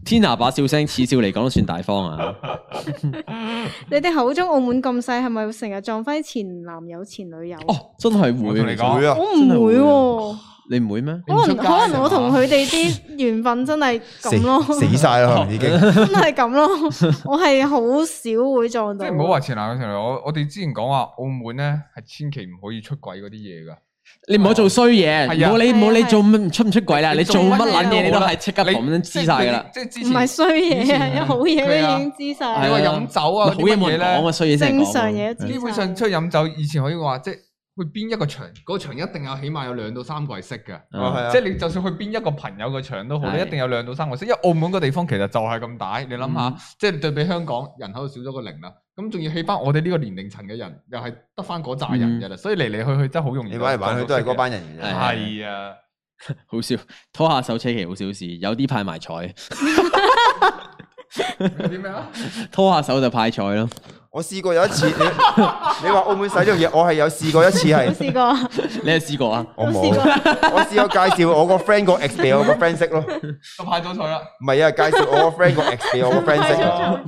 Speaker 2: 天下把笑聲，此笑嚟講都算大方啊！
Speaker 4: 你哋口中澳門咁細，係咪成日撞輝前男友前女友？
Speaker 2: 哦，真係會，
Speaker 1: 我同你
Speaker 3: 屌
Speaker 1: 講
Speaker 3: 會啊！
Speaker 4: 我唔會喎，
Speaker 2: 你唔會咩？
Speaker 1: 你唔
Speaker 4: 可
Speaker 1: 出
Speaker 4: 能
Speaker 1: 街
Speaker 4: 可能我
Speaker 1: 成日
Speaker 4: 同佢哋啲緣分真係咁咯， 哦
Speaker 3: 死死晒啦，可能已經。
Speaker 4: 真係咁咯。我係好少會撞
Speaker 1: 即
Speaker 4: 到。啊
Speaker 1: 係唔好話前男友前女友，我我哋之前講話澳門咧係千祈唔可以出軌嗰啲嘢㗎。
Speaker 2: 你唔好做衰
Speaker 1: 係
Speaker 2: 嘢，
Speaker 1: 啊
Speaker 2: 唔好你唔好
Speaker 4: 係
Speaker 2: 你
Speaker 4: 啊
Speaker 2: 做乜唔出唔出軌啦，你做乜撚嘢你都係即刻咁樣知晒噶啦。
Speaker 1: 即係之
Speaker 4: 唔係
Speaker 1: 前
Speaker 4: 衰
Speaker 1: 以
Speaker 4: 嘢啊，
Speaker 1: 前
Speaker 4: 有好嘢
Speaker 1: 係啊
Speaker 4: 都已經知
Speaker 1: 你
Speaker 4: 晒
Speaker 1: 話
Speaker 2: 係啊
Speaker 4: 啦，
Speaker 1: 飲酒啊
Speaker 2: 好
Speaker 1: 嗰啲
Speaker 2: 嘢冇
Speaker 1: 乜嘢
Speaker 2: 人講
Speaker 1: 咧
Speaker 2: 啊，，嗯衰嘢先
Speaker 4: 正常嘢都知晒。
Speaker 1: 基本上出去飲酒以前可以話即係去邊一個場，嗰個場一定有起碼有兩到三個係識㗎。
Speaker 3: 哦，係啊，
Speaker 1: 即係你就算去邊一個朋友嘅場都好，你
Speaker 2: 係
Speaker 1: 一定有兩到三個識，因為澳門個地方其實就係咁大，你諗
Speaker 2: 嗯
Speaker 1: 下，即係對比香港人口少咗個零啦，咁仲要起翻我哋呢個年齡層嘅人，又係得翻嗰扎
Speaker 2: 嗯
Speaker 1: 人嘅啦，所以嚟嚟去去真係好容易。
Speaker 3: 你玩嚟玩去都係嗰。班人
Speaker 2: 係
Speaker 3: 嘅
Speaker 2: 啊
Speaker 3: 啫。
Speaker 1: 係啊，
Speaker 2: 好笑，拖下手車期好小事，有啲派埋彩，
Speaker 1: 有啲咩啊？
Speaker 2: 拖下手就派彩 咯。
Speaker 3: 我試過有一次，你你話澳門使呢樣嘢，我係有試過一次
Speaker 4: 我
Speaker 3: 係，
Speaker 4: 試過，
Speaker 2: 你有試過啊？
Speaker 3: 我
Speaker 4: 我
Speaker 3: 冇
Speaker 4: 試，
Speaker 3: 我試過介紹我個 friend 個 ex 俾我個 friend 識咯。
Speaker 1: 就派咗彩啦。
Speaker 3: 唔係啊，介紹我個 friend 個 ex 俾我個 friend 識啊。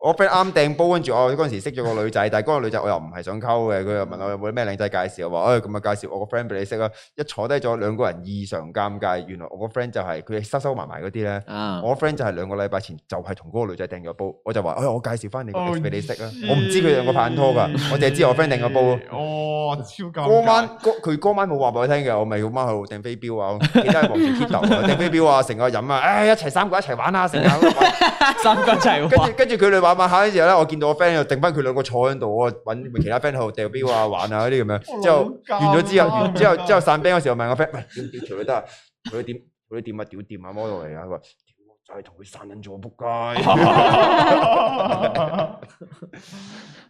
Speaker 3: 我 friend 啱掟煲，跟住我嗰陣時識咗個女仔，但係嗰個女仔我又唔係想溝嘅，佢又問我有冇啲咩靚仔介紹，我話誒咁啊介紹我個 friend 俾你識啊。一坐低咗兩個人異常尷尬，原來我個 friend 就係佢收收埋埋嗰啲咧。
Speaker 2: 啊，
Speaker 3: 我 friend 就係兩個禮拜前就係同嗰個女仔訂咗煲，我就話：，哎，我介紹翻你個
Speaker 1: 哦
Speaker 3: ex 俾你識啊！我唔知佢兩個拍緊拖㗎，我淨係知我 friend 訂咗煲。
Speaker 1: 哦，超尷
Speaker 3: 嗰晚
Speaker 1: 尬。
Speaker 3: 嗰佢嗰晚冇話俾我聽嘅，我咪嗰晚喺度掟飛鏢啊，記得係望住 Kito 啊，掟飛鏢啊，成個飲啊，唉，一齊三個一齊玩啊，成啊！
Speaker 2: 三個一齊
Speaker 3: 跟住
Speaker 2: 玩，
Speaker 3: 跟住佢哋玩玩下嘅時候咧，我見到我 friend 又定翻佢兩個坐喺度，我揾其他 friend 喺度掉標啊、玩啊嗰啲咁樣。之後
Speaker 1: 好尷尬
Speaker 3: 完咗之後，完之後之後散 band 嗰時候問我 friend：，喂，屌屌條女得啊？佢點佢點啊？屌掂啊，model 嚟啊！佢話：，屌，就係同佢散撚咗，仆街。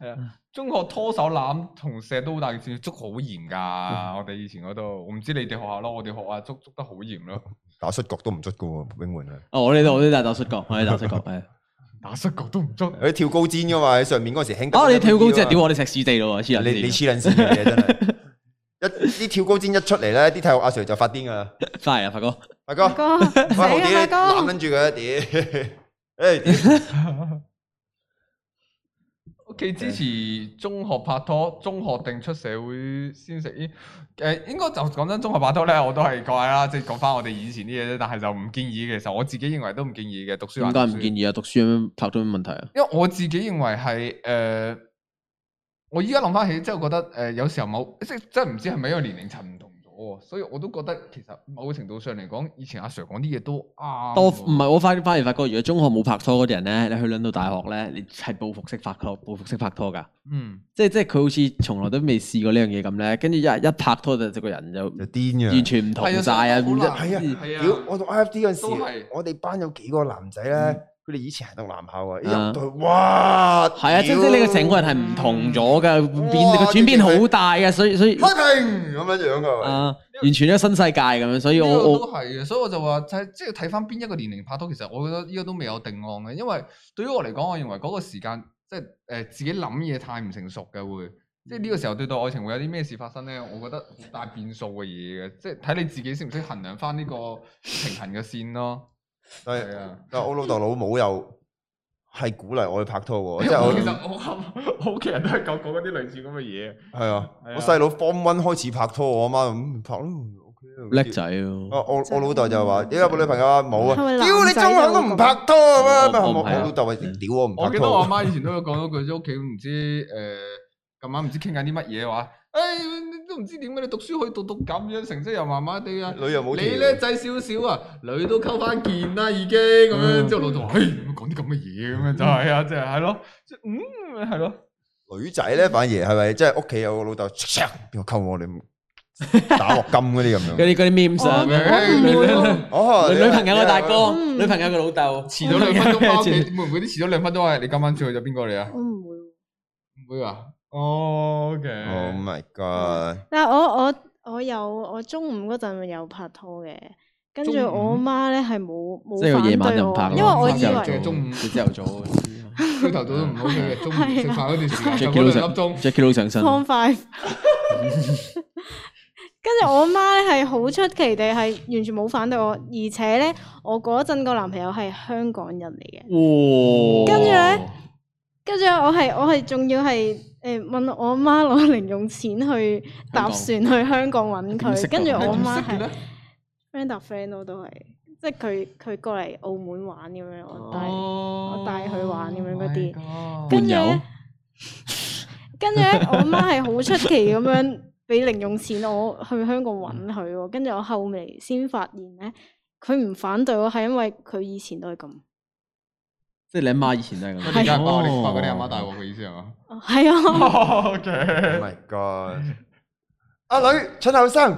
Speaker 1: 係啊，中學拖手攬同射都好大件事，捉好嚴㗎。我哋以前嗰度，我唔知你哋學校咯，我哋學校捉捉得好嚴咯。
Speaker 3: 打摔角都唔出嘅喎，永援啊！
Speaker 2: 哦，我呢度我呢度打摔角，我呢度打摔角， 係。
Speaker 1: 打摔角都唔捉。
Speaker 3: 佢跳高氈嘅嘛，喺上面嗰時興。
Speaker 2: 哦，你跳高之後，屌我哋石屎地咯喎，黐
Speaker 3: 你你
Speaker 2: 人線，
Speaker 3: 黐撚線嘅嘢真係。一啲跳高氈一出嚟咧，啲體育阿 Sir 就發癲㗎啦。
Speaker 2: 翻嚟啦，發哥，
Speaker 3: 大
Speaker 4: 發
Speaker 3: 哥，
Speaker 4: 哥
Speaker 3: 喂，
Speaker 4: 死
Speaker 3: 豪
Speaker 4: 啦，
Speaker 3: 啲你
Speaker 4: 發哥
Speaker 3: 攬撚住佢啊！屌，誒，屌
Speaker 1: 屋企支持中學拍拖，中學定出社會先食煙。誒、應該就講真，中學拍拖咧，我都係講下啦，即係講翻我哋以前啲嘢啫。但係就唔建議嘅，其實我自己認為都唔建議嘅，讀書
Speaker 2: 點
Speaker 1: 還
Speaker 2: 解
Speaker 1: 讀
Speaker 2: 唔
Speaker 1: 書
Speaker 2: 建議啊？讀書有咩拍拖有咩問題啊？
Speaker 1: 因為我自己認為係誒、呃我依家諗翻起，即係我覺得誒、呃有時候某即係真係唔知係咪因為年齡層唔同咗喎，所以我都覺得其實某程度上嚟講，以前阿 Sir 講啲嘢都啱喎。
Speaker 2: 多唔係我反反而發覺，如果中學冇拍拖嗰啲人咧，你去撚到大學咧，你係報復式拍拖，報復式拍拖㗎。
Speaker 1: 嗯，
Speaker 2: 即係即係佢好似從來都未試過呢樣嘢咁咧，跟住一一拍拖就個人就
Speaker 3: 就癲嘅。
Speaker 2: 完全唔同晒啊！
Speaker 1: 係啊
Speaker 3: 係啊，
Speaker 1: 係啊
Speaker 3: 屌！我讀 IFD 嗰陣
Speaker 1: 都係
Speaker 3: 時，我哋班有幾個男仔
Speaker 2: 嗯
Speaker 3: 咧，佢哋以前係讀男校啊，一
Speaker 2: 啊
Speaker 3: 入到去，哇！
Speaker 2: 係啊，即係即係你個成個人係唔同咗噶，變
Speaker 3: 哇
Speaker 2: 個轉變好大嘅，所以所以
Speaker 3: 屌開庭咁樣樣噶，
Speaker 2: 啊，完全一個新世界咁樣，所以
Speaker 1: 呢個
Speaker 2: 我我
Speaker 1: 都係嘅，哎所以我就話睇即係睇翻邊一個年齡拍拖，其實我覺得依家都未有定案嘅，因為對於我嚟講，我認為嗰個時間即係誒、呃自己諗嘢太唔成熟嘅會。即係呢個時候對待愛情會有啲咩事發生咧？我覺得好大變數嘅嘢嘅，即係睇你自己識唔識衡量翻呢個平衡嘅線咯。
Speaker 3: 但係
Speaker 1: 係啊，
Speaker 3: 但係我老豆老母又係鼓勵我去拍拖 喎，
Speaker 1: 因
Speaker 3: 即係
Speaker 1: 為
Speaker 3: 我
Speaker 1: 其實我我我屋企人都係講講嗰啲類似咁嘅嘢。
Speaker 3: 係啊
Speaker 1: 係啊，
Speaker 3: 我細佬 form one 開始拍拖，我阿媽就咁拍咯，OK 啊
Speaker 2: 叻仔喎，
Speaker 3: 我我我老豆就話：，你有冇女朋友啊？冇啊！
Speaker 4: 係咪男
Speaker 3: 屌你
Speaker 4: 仔
Speaker 3: 中肯
Speaker 4: 都
Speaker 3: 都
Speaker 4: 會
Speaker 3: 唔
Speaker 4: 咁
Speaker 3: 拍拖啊
Speaker 2: 我
Speaker 3: 嘛！
Speaker 2: 我
Speaker 3: 我
Speaker 2: 唔係啊
Speaker 3: 我老豆話：屌我唔
Speaker 1: 我
Speaker 3: 拍
Speaker 1: 記得我
Speaker 3: 拖
Speaker 1: 阿。媽以前都有講到句，即係屋企唔知呃誒咁啱唔知傾緊啲乜嘢話，誒、你都唔知點解你讀書可以讀到咁樣，成績又麻麻地啊！
Speaker 3: 女又冇
Speaker 1: 你
Speaker 3: 條
Speaker 1: 咧仔少少啊，女都溝翻件啦已經咁樣，
Speaker 2: 嗯
Speaker 1: 之後老豆話：，誒講啲咁嘅嘢咁樣就係啊，即係係咯，即係嗯係咯，
Speaker 3: 女仔咧，
Speaker 2: 嗯
Speaker 3: 反而係咪即係屋企有個老豆，邊個溝我你唔打鑊金嗰啲咁
Speaker 2: 嗰
Speaker 3: 樣？
Speaker 2: 啲嗰啲 memes 啊，
Speaker 4: 我我唔會咯
Speaker 3: 哦，
Speaker 2: 女
Speaker 3: 你
Speaker 2: 女朋友嘅大哥，
Speaker 4: 嗯
Speaker 2: 女朋友嘅老豆，
Speaker 1: 遲咗兩分鐘翻屋企，會唔會 啲遲咗兩分鐘啊？你今晚最後咗邊個嚟啊？
Speaker 4: 我唔會喎。
Speaker 1: 唔會啊？哦，OK，
Speaker 3: ，Oh my god！
Speaker 4: 但係我我我有我中午嗰陣咪有拍拖嘅，跟住
Speaker 1: 中午
Speaker 4: 我媽咧係冇冇
Speaker 2: 即係個夜晚
Speaker 4: 反對
Speaker 2: 就唔
Speaker 4: 我
Speaker 2: 拍啦，
Speaker 4: 因為我以
Speaker 1: 晚
Speaker 4: 為
Speaker 1: 就中午
Speaker 2: 朝頭早
Speaker 1: 朝頭早都唔好 嘅，中午食飯嗰段時間就
Speaker 2: ，Jackie
Speaker 1: 嗰
Speaker 2: Lou
Speaker 1: 兩
Speaker 2: 上
Speaker 1: 粒鐘。
Speaker 2: Jackie Lou 上身，
Speaker 4: 方 five，跟住我媽咧係好出奇地係完全冇反對我，而且咧我嗰陣個男朋友係香港人嚟嘅。
Speaker 1: 哦
Speaker 2: 哇！
Speaker 4: 跟住咧跟住我係我係仲要係誒問我媽攞零用錢去搭船去香港揾
Speaker 2: 點識
Speaker 4: 佢，跟住
Speaker 2: 㗎
Speaker 4: 我
Speaker 1: 你點
Speaker 4: 媽
Speaker 1: 識嘅
Speaker 4: 係
Speaker 1: 咧
Speaker 4: friend 搭 friend 咯，都係即係佢佢過嚟澳門玩咁樣，我帶
Speaker 1: 哦我
Speaker 4: 帶佢玩咁樣嗰啲
Speaker 1: 啲
Speaker 2: 伴
Speaker 4: 跟住咧
Speaker 2: 友，
Speaker 4: 跟住咧我媽係好出奇咁樣俾零用錢我去香港揾佢喎，跟住我後嚟先發現咧，佢唔反對我係因為佢以前都係咁，
Speaker 2: 即係你阿媽以前都係
Speaker 1: 佢
Speaker 2: 咁，
Speaker 1: 點解
Speaker 2: 哦
Speaker 1: 爆你爆你阿媽大鑊嘅意思係嘛
Speaker 4: 哦係啊，
Speaker 1: ？O
Speaker 3: Oh
Speaker 1: K，
Speaker 3: my god！阿女趁後生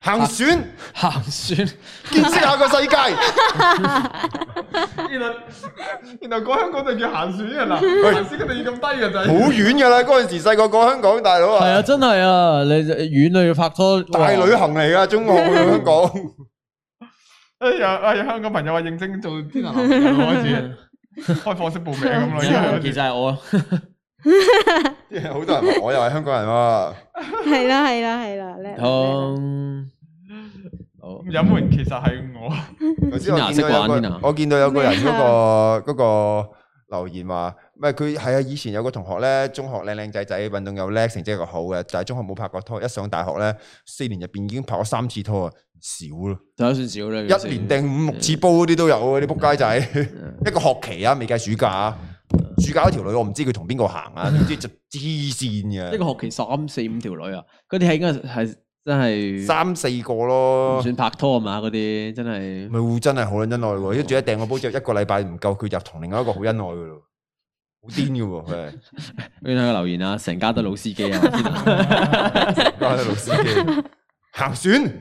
Speaker 3: 行船，
Speaker 2: 啊鹹酸。
Speaker 3: 見識下 個世界。
Speaker 1: 原來原來講香港就叫行船啊 嘅啦，行船佢哋要咁低嘅就
Speaker 3: 好
Speaker 1: 係。
Speaker 3: 遠㗎啦！嗰陣時細個過香港，大佬
Speaker 2: 係啊，
Speaker 3: 啊，
Speaker 2: 真係啊！你遠女拍拖，
Speaker 3: 大旅行嚟㗎，中學去香港。
Speaker 1: 哎呀哎呀，香港朋友話認真做天南亞人開始 開放式報名咁咯，已經開
Speaker 2: 其
Speaker 1: 始
Speaker 2: 實係我
Speaker 3: 好多人話我又係香港人喎。
Speaker 4: 係啦係啦係啦，叻叻
Speaker 2: 嗯好
Speaker 1: 隱瞞其實係我。
Speaker 3: 頭先我見到
Speaker 2: 啊 Tina，識玩
Speaker 3: 有
Speaker 2: Tina
Speaker 3: 個，我見到有個人
Speaker 4: 咩
Speaker 3: 嗰、個嗰、個留言話，唔係佢係啊，以前有個同學咧，中學靚靚仔仔，運動又叻，成績又好嘅，但係中學冇拍過拖，一上大學咧，四年入邊已經拍咗三次拖啊，少咯，
Speaker 2: 就算少啦，
Speaker 3: 一年掟五六
Speaker 2: 嗯
Speaker 3: 次煲嗰啲都有啊，啲仆街仔， 一個學期啊，未計暑假啊，
Speaker 2: 嗯
Speaker 3: 暑假嗰條女我唔知佢同邊個行啊，總之就黐 線
Speaker 2: 一
Speaker 3: 嘅，
Speaker 2: 個學期三四五條女啊，嗰啲係應該係真係
Speaker 3: 三四個
Speaker 2: 唔
Speaker 3: 咯。
Speaker 2: 算拍拖啊嘛，嗰啲真係
Speaker 3: 咪會真係好撚恩愛喎！一住一掟個煲之後，一個禮拜唔夠，佢就同另外一個好恩愛噶咯，好癲 噶喎！佢係。
Speaker 2: 邊度留言啊？成家都老司 機啊！天啊
Speaker 3: 關老司 機行船，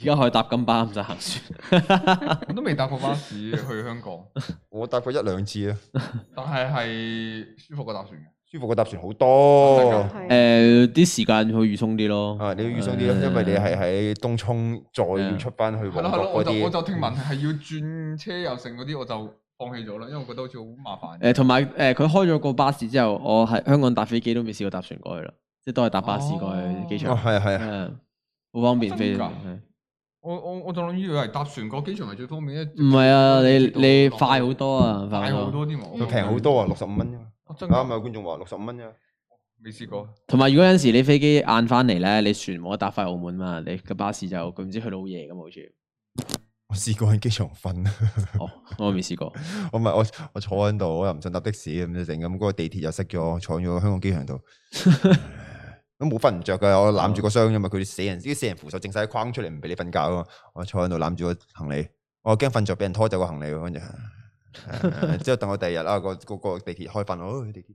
Speaker 2: 而家可以搭金巴唔使行船，
Speaker 1: 我都未搭過巴士去香港，
Speaker 3: 我搭過一兩次啊，
Speaker 1: 但係係舒服過搭船嘅。
Speaker 3: 舒服過搭船好多。
Speaker 4: 叻，係啊
Speaker 2: 誒啲時間去預鬆啲咯。
Speaker 3: 啊，你要預鬆啲啦，因為你係喺東涌，再要出翻去
Speaker 1: 係
Speaker 3: 旺
Speaker 1: 咯係咯，
Speaker 3: 角嗰
Speaker 1: 我就我就
Speaker 3: 啲。
Speaker 1: 聽聞係要轉車又剩嗰啲，我就放棄咗啦，因為我覺得好似好麻煩。
Speaker 2: 誒同埋誒佢開咗個巴士之後，我喺香港搭飛機都未試過搭船過去啦，即係都係搭巴士過去機
Speaker 3: 哦
Speaker 2: 場，，
Speaker 3: 係啊係啊，
Speaker 2: 誒好方便飛。
Speaker 1: 真㗎
Speaker 2: 係
Speaker 1: 我我我仲諗以為搭船過機場係最方便嘅，
Speaker 2: 唔
Speaker 3: 嗯
Speaker 2: 係啊，你你快好多啊，快
Speaker 1: 快
Speaker 2: 好
Speaker 1: 好
Speaker 2: 多。
Speaker 1: 多添喎，
Speaker 3: 佢平好多啊，啊六十五蚊啫嘛。
Speaker 1: 我真
Speaker 3: 啱
Speaker 1: 係
Speaker 3: 有觀眾話六十五蚊啫，
Speaker 1: 未試過。
Speaker 2: 同埋如果有阵时你飛機晏翻嚟咧，你船冇得搭翻澳門嘛，你個巴士就佢唔知去到好夜咁好似。
Speaker 3: 我試過喺機場瞓，
Speaker 2: 哦，我未試過。
Speaker 3: 我咪我我坐喺度，我又唔想搭的士咁就成咁，嗰個地鐵又塞咗，我坐咗香港機場度，都冇瞓唔着噶，我攬住個箱啫嘛，佢哋死人啲死人扶手整晒框出嚟，唔俾你瞓覺啊嘛，我坐喺度攬住個行李，我驚瞓着俾人拖走個行李喎，跟住唉之後等我第二日啦，個個個地鐵開瞓，哦地鐵，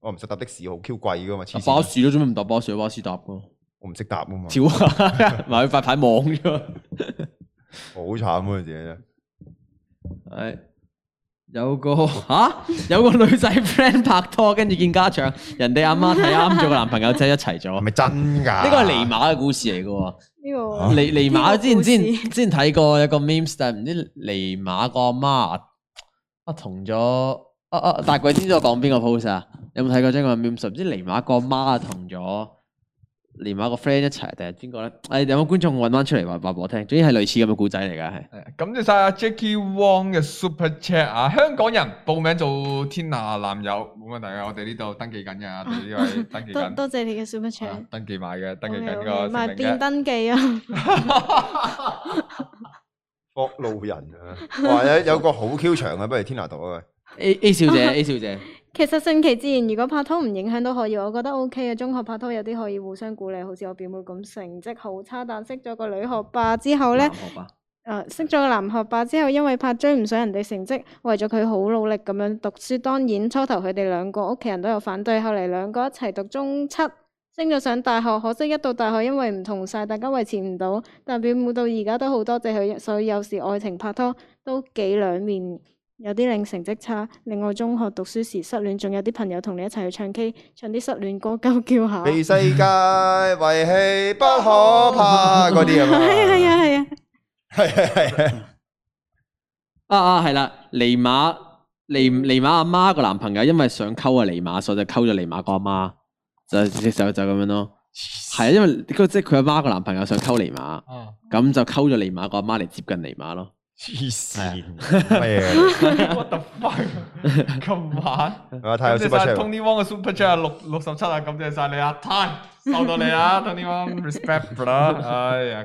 Speaker 3: 我唔想搭的士，好 Q 貴噶嘛，黐
Speaker 2: 啊巴
Speaker 3: 線，
Speaker 2: 士都做咩唔搭巴士？有巴士搭噶，
Speaker 3: 我唔識搭啊嘛，
Speaker 2: 跳下， 咪佢塊牌望咗。
Speaker 3: 好慘啊自己真係。
Speaker 2: 系有個 吓、有個女仔 friend 拍拖，跟住見家長，人哋阿媽睇啱咗個男朋友，即係一齊咗。
Speaker 3: 係
Speaker 2: 呢
Speaker 3: 咪真㗎？
Speaker 2: 個係尼馬嘅故事嚟嘅喎。
Speaker 4: 呢個
Speaker 3: 啊
Speaker 2: 尼尼馬之前
Speaker 4: 呢個
Speaker 2: 之
Speaker 4: 故事
Speaker 2: 前之前睇過有個 memes，但係唔知尼馬個阿媽啊同咗啊啊大鬼知唔知我講邊個 pose 啊？有冇睇過張個 memes？唔知尼馬個阿媽啊同咗尼馬個 friend 一齊定係邊個咧？誒、有冇觀眾揾翻出嚟話話俾我聽？總之係類似咁嘅故仔嚟㗎，係
Speaker 1: 係啊感謝晒阿 Jackie Wong 嘅 Super Chat 啊！香港人報名做天下男友冇問題啊！我哋呢度登記緊嘅，我哋呢位登記
Speaker 4: 多
Speaker 1: 緊，
Speaker 4: 多謝你嘅 super
Speaker 1: 啊
Speaker 4: chat，
Speaker 1: 登記買嘅，登記緊個
Speaker 4: 唔係
Speaker 1: 成
Speaker 4: 變
Speaker 1: 名嘅。
Speaker 4: 登記啊，
Speaker 3: 博路人啊！哇，有有個好 Q 長啊，不如天拿道啊！
Speaker 2: A A 小
Speaker 4: 啊
Speaker 2: 姐 A 小姐。
Speaker 4: 其實順其自然，如果拍拖唔影響到學業，我覺得 O K 嘅。中學拍拖有啲可以互相鼓勵，好似我表妹咁，成績好差，但識咗個女學霸之後呢，誒、識啊咗個男學霸之後，因為怕追唔上人哋成績，為咗佢好努力咁樣讀書。當然初頭佢哋兩個屋企人都有反對，後嚟兩個一齊讀中七。升咗上大學，可惜一到大學，因為唔同晒，大家維持唔到。但表妹到而家都好多謝佢，所以有時愛情拍拖都幾兩面，有啲令成績差。另外中學讀書時失戀，仲有啲朋友同你一齊去唱 K，唱啲失戀歌鳩叫下。
Speaker 3: 被世界遺棄不可怕嗰啲啊嘛，
Speaker 4: 係啊係啊係啊！
Speaker 3: 係啊係啊，
Speaker 2: 啊啊，系啦，尼馬尼尼馬阿媽個男朋友，因為想溝啊尼馬，所以就溝咗尼馬個阿媽，就就就就咁樣咯。係啊，因為佢即係佢阿媽個男朋友想溝尼馬，
Speaker 1: 啊
Speaker 2: 咁就溝咗尼馬個阿媽嚟接近尼馬咯。
Speaker 3: 黐線乜嘢？
Speaker 1: ！What the fuck！咁 晚。
Speaker 3: 啊，睇
Speaker 1: 感
Speaker 3: 下
Speaker 1: 謝
Speaker 3: super
Speaker 1: 晒
Speaker 3: chat，
Speaker 1: Tony Wong 嘅 Super Chat 啊六六十七啊，感謝晒你啊，Tan 收到你啊，Tony Wong，respect 啦，哎呀，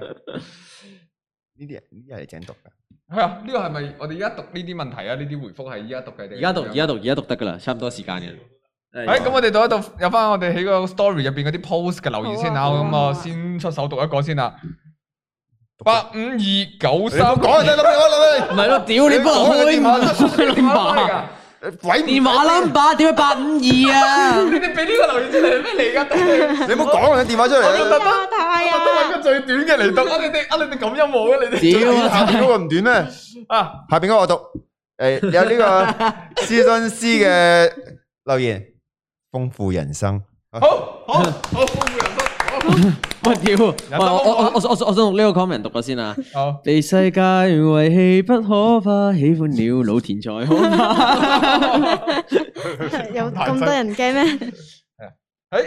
Speaker 3: 呢啲人呢啲人係井讀㗎，
Speaker 1: 係啊，呢個係咪我哋而家讀呢啲問題啊？呢啲回覆係而家讀嘅定？
Speaker 2: 而家讀而家讀而家讀得噶啦，差唔多時間嘅。
Speaker 1: 誒咁我哋讀一讀，有翻我哋喺個 story 入邊嗰啲 post 嘅留言先啊，
Speaker 4: 好啊好啊
Speaker 1: 咁
Speaker 4: 好
Speaker 1: 啊
Speaker 4: 啊
Speaker 1: 先出手讀一個先啦，
Speaker 3: 讀
Speaker 1: 八五二九
Speaker 3: 你唔好
Speaker 1: 三，
Speaker 3: 講啊！真係諗
Speaker 2: 唔係咯，屌你
Speaker 3: 你
Speaker 2: 不
Speaker 3: 講佢
Speaker 2: 開
Speaker 3: 電話
Speaker 2: 唔
Speaker 1: 電話嚟
Speaker 2: 開
Speaker 1: 㗎，
Speaker 3: 你諗鬼
Speaker 2: 電話 number，點解八五二啊？
Speaker 1: 你哋俾呢個留言先係咩嚟㗎？我
Speaker 3: 你唔好講啊！你電話出
Speaker 1: 我
Speaker 3: 嚟
Speaker 1: 覺
Speaker 3: 啊，
Speaker 1: 得
Speaker 4: 啊太啊！
Speaker 1: 都揾個最短嘅嚟讀啊！你哋啊你哋咁有冇嘅你哋
Speaker 2: 屌啊！
Speaker 3: 下邊嗰個唔短咩？
Speaker 1: 啊！
Speaker 3: 下邊嗰個我讀，誒有呢個諮詢師嘅留言，豐富人生。
Speaker 1: 好好好，豐富人生，
Speaker 2: 喂屌！喂我我我我我我想讀呢個 comment 讀咗先 啊。
Speaker 1: 好好。
Speaker 2: 被世界遺棄不可怕，喜歡了老田菜可
Speaker 4: 啊有咁 多人驚咩？
Speaker 1: 诶，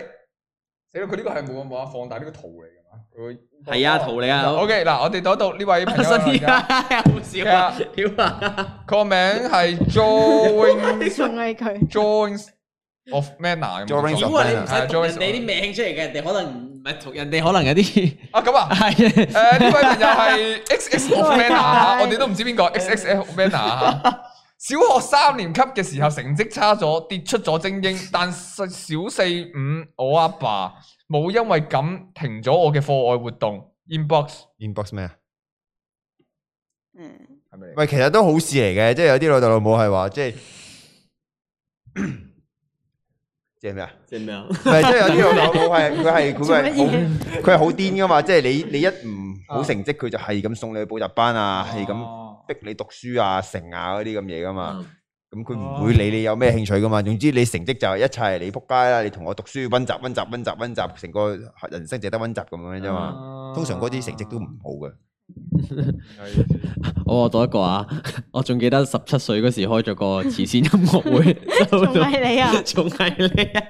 Speaker 1: 死啦！佢呢個係冇冇法放大呢個圖嚟噶嘛？佢會
Speaker 2: 係啊，圖 嚟啊，
Speaker 1: O K，嗱，我哋讀一讀呢位朋友
Speaker 2: 新啲
Speaker 1: 啦，
Speaker 2: 啊，好笑啊，屌 啊！
Speaker 1: 佢個名係 Joins
Speaker 4: 送俾佢。
Speaker 1: Joins of à, Manner 咁
Speaker 3: Joins
Speaker 2: 屌
Speaker 3: of
Speaker 2: 啊！你
Speaker 3: Manner
Speaker 2: 唔使讀人哋啲名出嚟嘅，人哋可能唔係同人哋可能有啲
Speaker 1: 啊咁啊！
Speaker 2: 係
Speaker 1: 誒呢位朋友係 X X of à Manner 啊
Speaker 4: 喂
Speaker 1: 我哋都唔知邊個 X X of à Manner 啊小學三年級嘅時候成績差咗，跌出咗精英，但小四五我阿爸冇因為咁停咗我嘅課外活動 inbox
Speaker 3: inbox 咩啊？
Speaker 4: 嗯，
Speaker 1: 係 咪嚟㗎？
Speaker 3: 喂，其實都好事嚟嘅，即係有啲老豆老母係話，即係即係咩啊？
Speaker 2: 正咩啊？
Speaker 3: 唔係，即係有啲老豆老母係佢係佢
Speaker 4: 做
Speaker 3: 係
Speaker 4: 乜
Speaker 3: 好
Speaker 4: 嘢？
Speaker 3: 佢係好癲噶嘛，即係你你一唔好成績，佢就係咁送你去補習班啊，係咁
Speaker 1: 哦
Speaker 3: 逼你讀書啊、成啊嗰啲咁嘢噶嘛。咁佢
Speaker 1: 哦
Speaker 3: 唔會理你有咩興趣噶嘛。總之你成績就係一切係你仆街啦，你同我讀書、温習、温習、温習、温習，成個人生就得温習咁樣啫嘛。通常嗰啲成績都唔好嘅。
Speaker 1: Ờ.
Speaker 2: 我讀一個啊， 我仲記得十七歲嗰時開咗個慈 善音樂會，收
Speaker 4: 仲啊
Speaker 2: 到
Speaker 4: 係你啊？
Speaker 2: 仲係你啊！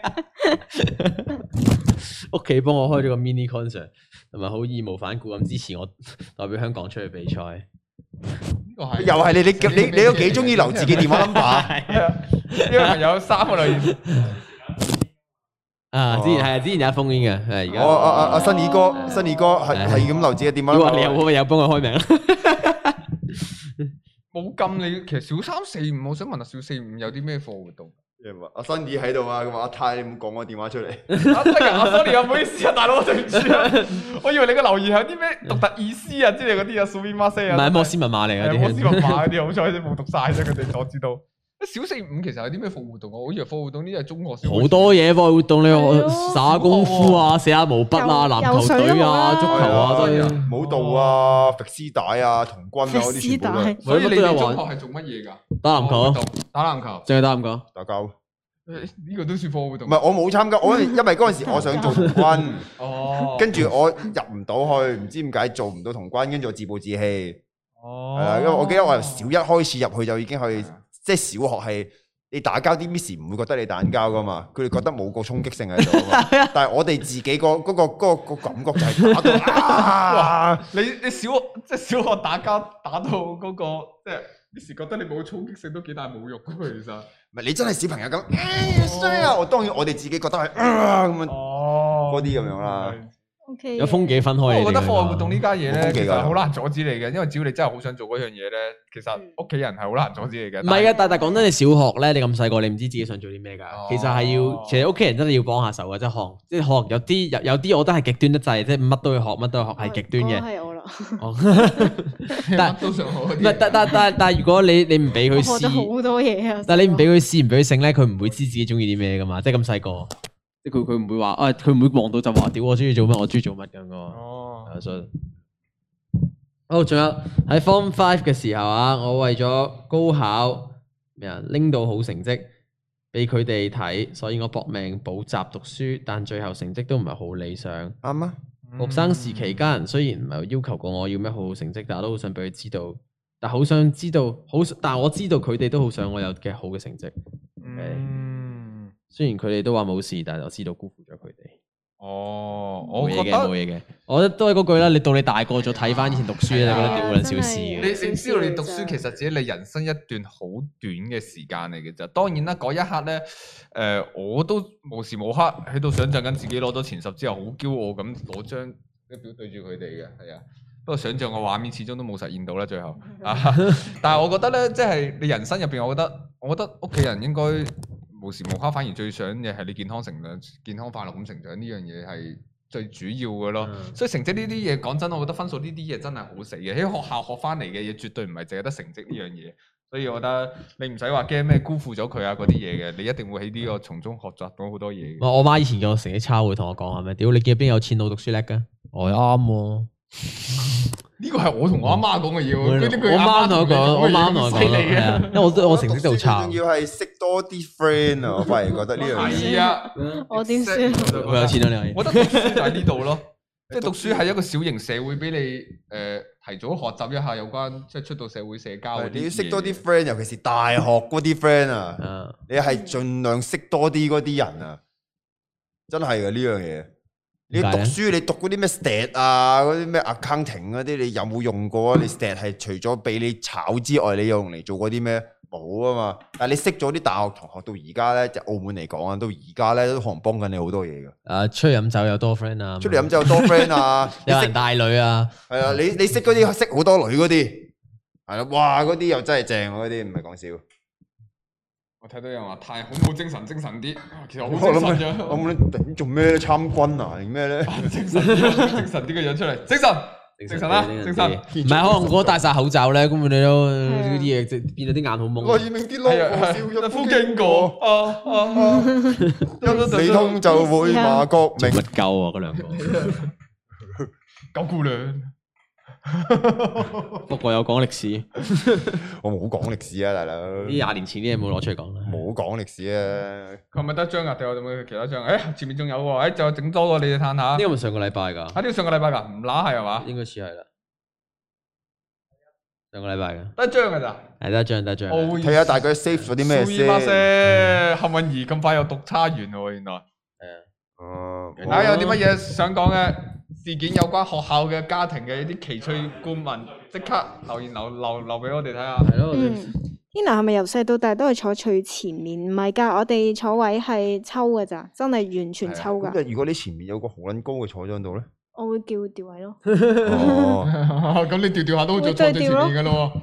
Speaker 2: 屋企幫我開咗個 mini concert，同埋好義無反顧咁支持我 代表香港出去比賽。
Speaker 1: 呢個係
Speaker 3: 又係你你你你都幾中意留自己電話
Speaker 2: 啊
Speaker 3: number？
Speaker 1: 呢個朋友三個類型，
Speaker 2: 啊，之前係啊之前有一封煙嘅，係而
Speaker 3: 我
Speaker 2: 家。
Speaker 3: 我
Speaker 2: 嗯
Speaker 3: 我我啊新二哥新二哥係係咁留自己電話
Speaker 2: 你話你有
Speaker 3: number。
Speaker 2: 冇有幫佢開名啊啦？
Speaker 1: 冇禁你。其實小三四五，我想問下小四五有啲咩課活 動？
Speaker 3: 阿新二喺度啊，咁阿泰你唔講我電話出嚟。
Speaker 2: 嗯
Speaker 1: 啊得㗎啊，sorry 啊，唔好意思啊，大佬，我對唔住啊，我以為你嘅留言有啲咩獨特意思啊之類嗰啲啊 s u p e m a s
Speaker 2: 唔
Speaker 1: e 啊，
Speaker 2: 係摩斯密碼嚟
Speaker 1: 係
Speaker 2: 嘅
Speaker 1: 摩斯
Speaker 2: 啲
Speaker 1: 文化嗰啲，好彩先冇讀晒啫，佢哋所知道。小四五其實有啲咩課活動啊？我以為課活動呢啲係中學先
Speaker 2: 好多嘢喎活動，你
Speaker 4: 係
Speaker 2: 學
Speaker 4: 咯
Speaker 2: 耍功夫啊、寫下毛筆啊、
Speaker 4: 游
Speaker 2: 籃球隊啊、足
Speaker 4: 游水
Speaker 2: 球
Speaker 4: 啊
Speaker 3: 哎
Speaker 2: 啊，都
Speaker 1: 係
Speaker 2: 有
Speaker 1: 啊。
Speaker 3: 舞蹈啊、揈絲帶啊、童軍 啊嗰啲全部都係
Speaker 4: 帶
Speaker 1: 所以你
Speaker 2: 都有
Speaker 1: 哋中
Speaker 2: 玩
Speaker 1: 學係做乜嘢㗎？
Speaker 2: 打籃球
Speaker 1: 課活
Speaker 2: 啊，
Speaker 1: 動，打籃球，
Speaker 2: 淨係打籃球。
Speaker 3: 打交。唔
Speaker 1: 呢個都算課活動。
Speaker 3: 係我冇參加，我因為嗰陣時我想做童軍，
Speaker 1: 哦，
Speaker 3: 跟住我入唔到去，唔知點解做唔到童軍，跟住我自暴自棄。係
Speaker 1: 哦啊
Speaker 3: 啊，因為我記得我由小一開始入去就已經係即係小學係你打交啲 miss 唔會覺得你打緊交噶嘛，佢哋覺得冇個衝擊性喺度啊 嘛。但係我哋自己個嗰個嗰個嗰個感覺就係打到啊！
Speaker 1: 你你小即係小學打交打到嗰個即係。有時覺得你冇衝擊性都幾大侮辱㗎喎，其實。
Speaker 3: 唔係你真係小朋友咁，哎衰啊！我當然我哋自己覺得係啊咁樣，
Speaker 1: 哦
Speaker 3: 嗰啲咁樣啦。
Speaker 4: O K，
Speaker 2: 有風景分
Speaker 1: 不過
Speaker 2: 開嘅。
Speaker 1: 我覺得課
Speaker 2: 呢個
Speaker 1: 外活動呢家嘢
Speaker 3: 冇
Speaker 1: 咧，
Speaker 3: 風
Speaker 1: 其
Speaker 3: 紀
Speaker 1: 實
Speaker 3: 㗎
Speaker 1: 好難阻止你嘅，因為只要你真係好想做嗰樣嘢咧，其實
Speaker 4: 嗯
Speaker 1: 屋企人係好難阻止你嘅。
Speaker 2: 唔係嘅，啊但但講真，你小學咧，你咁細個，你唔知自己想做啲咩㗎。
Speaker 1: 哦
Speaker 2: 其實係要，其實屋企人真係要幫下手嘅，即係學，即係學有啲有有啲，我覺得係極端得滯，即係乜都要學，乜都要學，
Speaker 1: 哦
Speaker 2: 係極端嘅。
Speaker 4: 係我啦，
Speaker 2: 哦但
Speaker 1: 但 都上好嗰
Speaker 2: 唔
Speaker 1: 啲
Speaker 2: 係，但但但但如果你你唔俾
Speaker 4: 我
Speaker 2: 佢
Speaker 4: 學咗
Speaker 2: 試，
Speaker 4: 好多嘢啊。
Speaker 2: 但你唔俾佢試，唔俾佢醒咧，佢唔會知自己中意啲咩㗎嘛。即係咁細個，即係佢佢唔會話，啊佢唔會望到就話，屌我中意做乜，我中意做乜咁㗎嘛。
Speaker 1: 哦，
Speaker 2: 啊，所以好，仲有喺 Form Five 嘅時候啊，我為咗高考咩啊，拎到好成績俾佢哋睇，所以我搏命補習讀書，但最後成績都唔係好理想。
Speaker 1: 嗯
Speaker 3: 啱啊！
Speaker 2: 學生時期，家人雖然唔係要求過我要咩好好成績，但我都好想俾佢知道，但好想知道，好但我知道佢哋都好想我有嘅好嘅成績。
Speaker 1: 嗯，
Speaker 2: 雖然佢哋都話冇事，但我知道辜負咗佢哋。
Speaker 1: 哦，
Speaker 2: 冇
Speaker 1: 我
Speaker 2: 嘢
Speaker 1: 覺
Speaker 2: 嘅，冇
Speaker 1: 得
Speaker 2: 嘢嘅。我覺得都係嗰句啦，你到你大個咗睇翻以前讀書咧，你覺得屌撚小事
Speaker 4: 係
Speaker 1: 你
Speaker 4: 啊真係
Speaker 2: 嘅。
Speaker 1: 你知道你讀書其實只係你人生一段好短嘅時間嚟嘅咋。當然啦，嗰一刻咧，誒、我都無時無刻喺度想像緊自己攞咗前十之後，好驕傲咁攞張表對住佢哋嘅，係啊。不過想像嘅畫面始終都冇實現到啦，最 後。啊！但係我覺得咧，即係你人生入邊，我覺得，我覺得屋企人應該無時無刻，反而最想嘅係你健康成長、健康快樂咁成長呢樣嘢係最主要嘅咯。
Speaker 2: 嗯
Speaker 1: 所以成績呢啲嘢，講真，我覺得分數呢啲嘢真係好死嘅。喺學校學翻嚟嘅嘢，絕對唔係淨係得成績呢樣嘢。所以我覺得你唔使話驚咩辜負咗佢啊嗰啲嘢嘅，你一定會喺呢個從中學習到好多嘢
Speaker 3: 嗯
Speaker 1: 嘅。
Speaker 2: 我我媽以前叫我成績差會同我講話咩？屌你見邊有錢佬讀書叻嘅？我啱
Speaker 1: 哦
Speaker 2: 喎，
Speaker 1: 呢個係我同我阿媽講嘅嘢喎。呢句
Speaker 2: 我媽同我講，我
Speaker 1: 你
Speaker 2: 媽同我
Speaker 1: 咁犀
Speaker 2: 講啦，
Speaker 1: 利
Speaker 2: 係啊
Speaker 1: 嘅。
Speaker 2: 因為我都我成績都好差
Speaker 3: 仲。要係識多啲 friend 啊！我反而覺得呢樣嘢。
Speaker 1: 係啊，
Speaker 4: 我點算？
Speaker 2: 佢有錢啦，你可以
Speaker 1: 我覺得讀書就喺呢度咯，即係讀書係一個小型社會，俾你誒、呃提早學習一下有關即係出到社會社交嗰
Speaker 3: 係
Speaker 1: 啲
Speaker 3: 你要識多啲
Speaker 1: 嘢
Speaker 3: friend，尤其是大學嗰啲 friend 啊。
Speaker 2: 啊
Speaker 3: 你係盡量識多啲嗰啲人啊，真係嘅呢樣嘢。你
Speaker 2: 點
Speaker 3: 讀
Speaker 2: 解呢
Speaker 3: 書，你讀嗰啲咩 stat 啊，嗰啲咩 accounting 嗰啲，你有冇用過啊？你 stat 係除咗俾你炒之外，你用嚟做過啲咩？冇啊嘛。但係你識咗啲大學同學到而家咧，就澳門嚟講啊，到而家咧都可能幫緊你好多嘢嘅。
Speaker 2: 啊！出去飲酒有多 friend 啊，
Speaker 3: 出嚟飲酒多 friend 啊，你
Speaker 2: 有
Speaker 3: 識
Speaker 2: 人帶女啊，
Speaker 3: 係啊，你你識嗰啲識好多女嗰啲，係啦，哇嗰啲又真係正喎，嗰啲唔係講笑。
Speaker 1: 我睇到有人話太恐怖精神精神啲，其實好
Speaker 3: 我
Speaker 1: 精神
Speaker 3: 諗
Speaker 1: 嘅，
Speaker 3: 我諗你做咩咧？參軍啊？定咩咧？
Speaker 1: 精神啲精神啲嘅樣出嚟，精神精神啦，精神。
Speaker 2: 唔係可能我戴晒口罩咧，根本你都
Speaker 4: 係啊
Speaker 2: 嗰啲嘢即係變咗啲眼好
Speaker 3: 我
Speaker 2: 蒙。
Speaker 3: 要明啲
Speaker 1: 係
Speaker 3: 咯，
Speaker 1: 啊，
Speaker 3: 我
Speaker 1: 係
Speaker 3: 笑
Speaker 1: 啊
Speaker 3: 一
Speaker 1: 夫經過，啊啊啊！
Speaker 3: 你通就會罵國
Speaker 2: 做
Speaker 3: 明
Speaker 2: 乜。鳩啊？嗰兩個，
Speaker 1: 九姑娘，
Speaker 2: 不過有講歷史，呢
Speaker 3: 我冇講歷史啊，大佬，冇
Speaker 1: 哎
Speaker 2: 廿年前啲嘢冇攞出嚟講啦。
Speaker 3: 講歷史啊。
Speaker 1: 佢咪得張啊？定我有冇其他張？誒，前面仲有喎，誒，就整多個你哋嘆下。
Speaker 2: 呢個咪上個禮拜㗎。
Speaker 1: 喺呢個上個禮拜㗎，唔乸係係嘛？
Speaker 2: 應該似係啦。上個禮拜嘅，
Speaker 1: 得一張㗎咋？
Speaker 2: 係得一張得一張。
Speaker 1: 我
Speaker 3: 睇下大家 save 咗啲咩
Speaker 1: 蘇伊巴
Speaker 3: 先。
Speaker 1: 些，幸運兒咁快又讀差完喎，原來。
Speaker 3: 哦，講
Speaker 1: 大家有啲乜嘢想講嘅事件，有關學校嘅家庭嘅一啲奇趣觀聞，即刻留言留留留俾我哋睇下。
Speaker 2: 係咯，我哋
Speaker 4: 嗯，Tina 係咪由細到大都係坐最前面？唔係㗎，我哋坐位係抽㗎咋，真係完
Speaker 2: 啊
Speaker 4: 全抽
Speaker 3: 咁
Speaker 4: 㗎。
Speaker 3: 就如果你前面有個好撚高嘅坐咗 喺度咧，
Speaker 4: 我會叫調位咯，
Speaker 3: 哦，
Speaker 1: 咁你調調下都
Speaker 4: 會
Speaker 1: 做坐最
Speaker 4: 對
Speaker 1: 前
Speaker 4: 調咯
Speaker 1: 面嘅咯喎。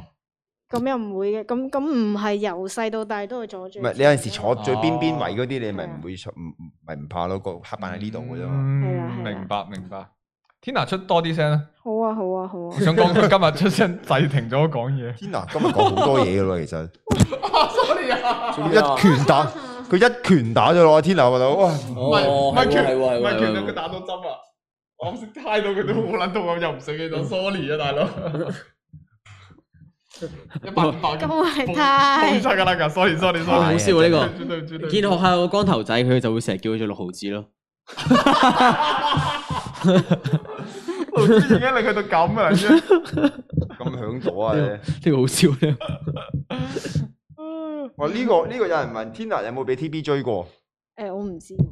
Speaker 4: 咁又唔會嘅。咁咁唔係由細到大都係坐
Speaker 3: 唔
Speaker 4: 最。啊
Speaker 3: 係你有陣時坐最邊邊位嗰啲，你咪
Speaker 4: 係啊
Speaker 3: 唔會坐唔唔咪唔怕咯，個黑板喺呢度嘅啫嘛。。
Speaker 1: 嗯
Speaker 4: 係啊啦係啦
Speaker 1: 明白明白。Tina 出多啲聲啦，
Speaker 4: 好啊好啊好啊
Speaker 1: 我！想 講佢今日出聲制停咗講嘢
Speaker 3: 天啊，今日講好多嘢噶咯，其 實
Speaker 1: sorry 啊，
Speaker 3: 仲要一拳打，佢一拳打咗落阿天啊，我覺得哇，
Speaker 1: 唔係唔係
Speaker 2: 哦係
Speaker 1: 拳，
Speaker 2: 喎
Speaker 1: 唔
Speaker 2: 係喎
Speaker 1: 係
Speaker 2: 係
Speaker 1: 拳啊，佢
Speaker 2: 喎
Speaker 1: 打到針啊！我唔識猜到佢都好撚痛，我又唔死記咗，sorry 啊，大佬。一百五百
Speaker 4: 咁
Speaker 1: 咁
Speaker 4: 係太
Speaker 1: 出㗎啦㗎，sorry sorry
Speaker 2: 哇好
Speaker 1: sorry。
Speaker 2: 笑啊呢個。
Speaker 1: 絕對絕對
Speaker 2: 見學校個光頭仔，佢就會成日叫佢做六毫 子咯。
Speaker 1: 老師已經令佢到咁啊！已經
Speaker 3: 咁響 咗
Speaker 1: 哎
Speaker 3: 啊！
Speaker 2: 呢
Speaker 3: 你
Speaker 2: 個好笑咧，
Speaker 3: 哇，哦呢個呢個有人問天啊，有冇俾 TB 追過？
Speaker 4: 誒，我唔知喎。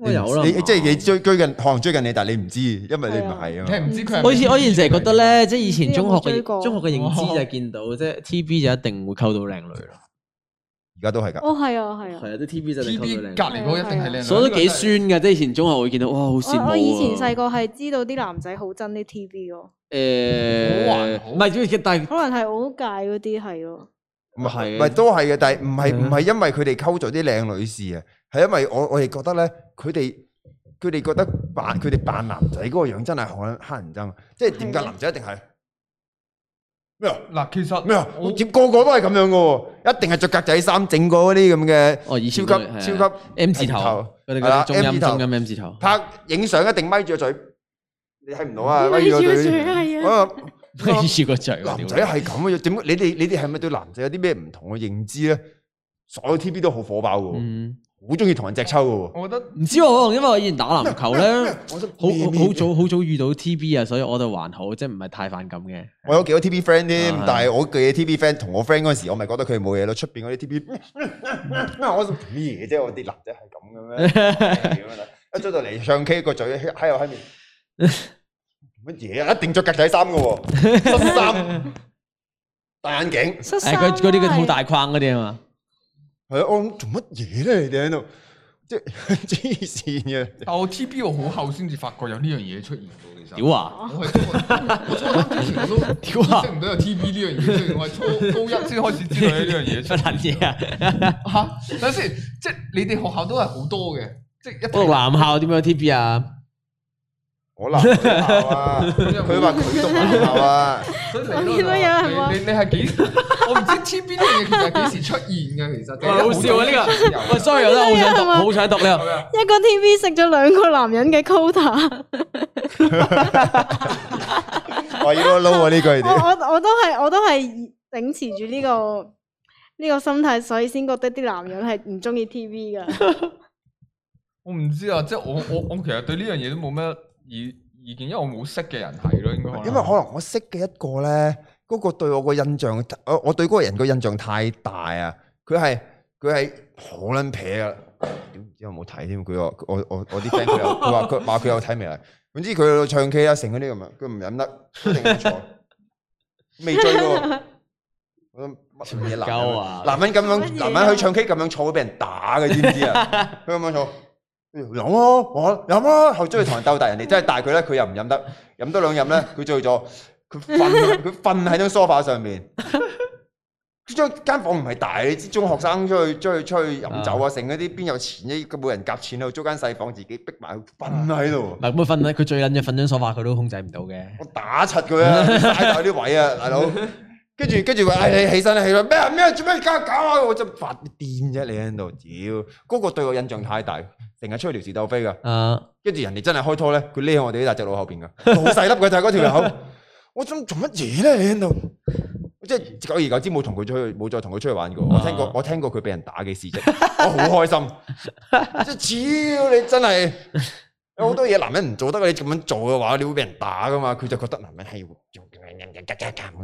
Speaker 2: 我有啦。
Speaker 3: 你即係你追追近，可能追近你，但係你唔知，因為你唔係啊嘛。
Speaker 1: 你唔知佢係
Speaker 2: 我以前我以前成日覺得咧，即係以前中學
Speaker 4: 嗯唔知
Speaker 2: 嘅
Speaker 4: 有冇追過
Speaker 2: 中學嘅認知就係見到，即係 T B 就一定會溝到靚女啦。
Speaker 3: 而家都係㗎。
Speaker 4: 哦，係啊係啊。
Speaker 2: 係啊，啲 T B 就一定
Speaker 1: 哦 T
Speaker 2: 溝到
Speaker 1: B
Speaker 2: 靚女
Speaker 1: 隔。離嗰個一定係靚女，
Speaker 2: 所以都幾酸嘅，即係以前中學會見到，哇，好羨慕
Speaker 4: 我
Speaker 2: 啊
Speaker 4: 我以前細個係知道啲男仔好憎啲 TV 咯，
Speaker 1: 好還
Speaker 2: 誒，
Speaker 1: 好
Speaker 2: 唔係，但係
Speaker 4: 可能係我屆嗰啲係咯。
Speaker 3: 唔係
Speaker 2: 係
Speaker 3: 唔係都係嘅，但係唔係
Speaker 2: 係啊
Speaker 3: 唔係因為佢哋溝咗啲靚女士啊，係因為我我哋覺得咧，佢哋佢哋覺得扮佢哋扮男仔嗰個樣真係好撚乞人憎，即係點解
Speaker 4: 係啊
Speaker 3: 男仔一定係咩啊
Speaker 1: 嗱，其實
Speaker 3: 咩啊？
Speaker 1: 我
Speaker 3: 接個個都係咁樣嘅喎，一定係着格仔衫整嗰啲咁嘅
Speaker 2: 哦，以前
Speaker 3: 超
Speaker 2: 都係
Speaker 3: 級
Speaker 2: 係
Speaker 3: 超
Speaker 2: 啊
Speaker 3: 級
Speaker 2: M 字
Speaker 3: 人
Speaker 2: 頭
Speaker 3: 頭，
Speaker 2: 佢哋
Speaker 3: 係啦
Speaker 2: 嗰啲中
Speaker 3: M 字
Speaker 2: 音
Speaker 3: 頭
Speaker 2: 中音 M 字頭，
Speaker 3: 拍影相一定咪住個嘴，你睇唔到啊？咪
Speaker 4: 咪
Speaker 3: 住個
Speaker 4: 住個
Speaker 3: 嘴
Speaker 4: 嘴 係啊
Speaker 3: 啊！
Speaker 2: 黐住個嘴喎，
Speaker 3: 男仔
Speaker 2: 屌
Speaker 3: 係咁嘅樣，點解你哋你哋係咪對男仔有啲咩唔同嘅認知咧？所有 TB 都好火爆嘅喎。
Speaker 2: 嗯
Speaker 3: 好中意同人隻抽嘅喎。
Speaker 1: 我覺得
Speaker 2: 唔知喎，可能因為我以前打籃球 咧。
Speaker 3: 我都
Speaker 2: 嗯好好好早好早遇到 T.B. 啊，所以我就還好，即係唔係太反感嘅。
Speaker 3: 我有幾多 TB friend 添
Speaker 2: 啊，
Speaker 3: 但係我嘅 TB friend 同我 friend 嗰陣時，我咪覺得佢冇嘢咯。出邊嗰啲 TB，咩 我做咩嘢啫？我啲男仔係咁嘅咩？點樣啊一出到嚟唱 K 個嘴喺喺度喺面，乜嘢啊？一定着格仔衫嘅喎，恤衫、戴眼鏡，
Speaker 4: 恤
Speaker 2: 誒，
Speaker 4: 衫
Speaker 2: 佢嗰啲佢好
Speaker 4: 啊係
Speaker 2: 大框嗰啲啊嘛，
Speaker 3: 係啊！我諗做乜嘢咧？你哋喺度即係 黐線嘅。
Speaker 1: 但我 T B 我好後先至發覺有呢樣嘢出現嘅，其實。
Speaker 2: 屌啊！
Speaker 1: 我係初，我初三之前我都
Speaker 2: 屌啊
Speaker 1: 意識唔到有 T B 呢樣嘢，雖然我係初高一先開始知道有呢樣嘢出
Speaker 2: 乜撚
Speaker 1: 現。
Speaker 2: 嘢啊？
Speaker 1: 嚇，等陣先，即係你哋學校都係好多嘅，即係一
Speaker 2: 我讀男校點樣 T.B. 啊？
Speaker 3: 我男校啊，佢話佢讀男校啊，
Speaker 1: 所以
Speaker 4: 我
Speaker 1: 你
Speaker 4: 見到有人
Speaker 1: 你
Speaker 4: 話
Speaker 1: 你你係幾？我唔知 T B 呢樣嘢其實係幾時出現嘅，其實。
Speaker 2: 哇好笑啊！呢個喂，sorry，我真係好想讀，好想讀呢個。
Speaker 4: 一個 TV 食咗兩個男人嘅 quota，
Speaker 3: 我要撈啊呢句
Speaker 4: 我
Speaker 3: 你。
Speaker 4: 我我都係我都係秉持住呢、個呢、個心態，所以先覺得啲男人係唔中意 TV
Speaker 3: 啊
Speaker 4: 噶。
Speaker 1: 我唔知啊，即係我我我其實對呢樣嘢都冇咩意意見，因為我冇識嘅人係咯，應該可能。
Speaker 3: 因為可能我識嘅一個咧，嗰、個對我個印象，我我對嗰個人個印象太大啊！佢係佢係好撚撇啊！屌唔知有冇睇添？佢話我我我啲 friend 佢有佢話佢話佢有睇未啊？總之佢喺度唱 K 啊，成嗰啲咁樣，佢唔飲得，一定唔錯。未追喎，我諗乜嘢男人
Speaker 2: 鳩啊
Speaker 3: 男人咁
Speaker 4: 乜
Speaker 3: 樣，
Speaker 4: 嘢啊
Speaker 3: 男人去唱 K 咁樣坐會俾人打嘅，知唔知啊？佢咁樣坐。飲咯，我飲咯，後追去同人鬥大，人哋真係大佢咧，佢又唔飲得，飲多兩飲咧，佢醉咗，佢瞓佢瞓喺張 sofa 上面。佢張間房唔係大，你知中學生出去出去出去飲酒啊，剩嗰啲邊有錢啫？佢每人夾錢喺度租間細房，自己逼埋佢瞓喺度
Speaker 2: 唔。係咁佢瞓咧，佢最撚嘅瞓張梳化，佢都控制唔到嘅。
Speaker 3: 我打柒佢啊，嘥晒啲位啊，大佬。跟住跟住話，唉，你起身啦，起身咩啊咩啊做咩搞啊搞啊！我真係發癲啫，你喺度，屌！嗰個對我印象太大，成日出去撩事鬥非㗎。
Speaker 2: 啊，
Speaker 3: 跟住人哋真係開拖咧，佢匿喺我哋呢大隻佬後邊噶，好細粒嘅就係嗰條友。我心諗做乜嘢咧？你喺度，即係久而久之冇同佢出去，冇再同佢出去玩過。我聽過，我聽過佢俾人打嘅事啫，我好開心。即係超你真係有好多嘢男人唔做得，你咁樣做嘅話，你會俾人打噶嘛？佢就覺得男人係要做咁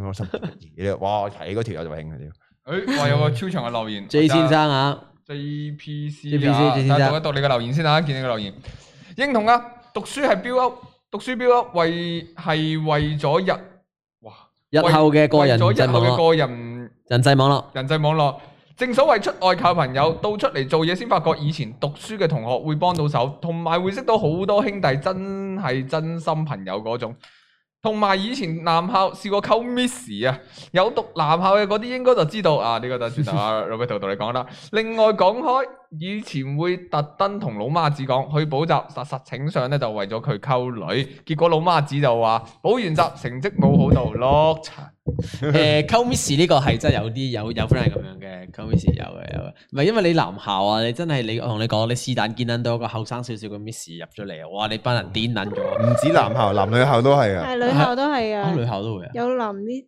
Speaker 3: 我心諗做乜嘢咧？哇！我睇嗰條友就興嘅屌，
Speaker 1: 誒，我有個超長嘅留言
Speaker 2: J 先生啊，
Speaker 1: ，JPC 啊
Speaker 2: JPC 先生
Speaker 1: 但係讀一讀你嘅留言先啊，見你嘅留言。認同啊，讀書係 build up，讀書 build up 為係為咗日，哇！
Speaker 2: 日後嘅個人
Speaker 1: 為咗
Speaker 2: 際
Speaker 1: 日後
Speaker 2: 網
Speaker 1: 嘅
Speaker 2: 絡，
Speaker 1: 個人
Speaker 2: 人際網絡。
Speaker 1: 人際網絡。正所謂出外靠朋友，到出嚟做嘢先發覺以前讀書嘅同學會幫到手，同埋會識到好多兄弟，真係真心朋友嗰種。同埋以前男校試過溝 Miss 啊，有讀男校嘅嗰啲應該就知道啊，呢、個就轉頭啊 Roberto 同你講啦。另外講開，以前會特登同老媽子講去補習，實實請上咧就為咗佢溝女，結果老媽子就話補完習成績冇好到碌柒。
Speaker 2: 誒溝 miss 呢個係真係有啲有有 friend 係咁樣嘅，溝 miss 有嘅有嘅，唔係因為你男校啊，你真係你我同你講，你是但見撚到一個後生少少嘅 miss 入咗嚟，啊哇！你班人癲撚咗，
Speaker 3: 唔止男校，男女校都係啊。
Speaker 4: 係女校都係
Speaker 2: 啊女
Speaker 4: 啊，
Speaker 2: 校都會啊，
Speaker 4: 有男啲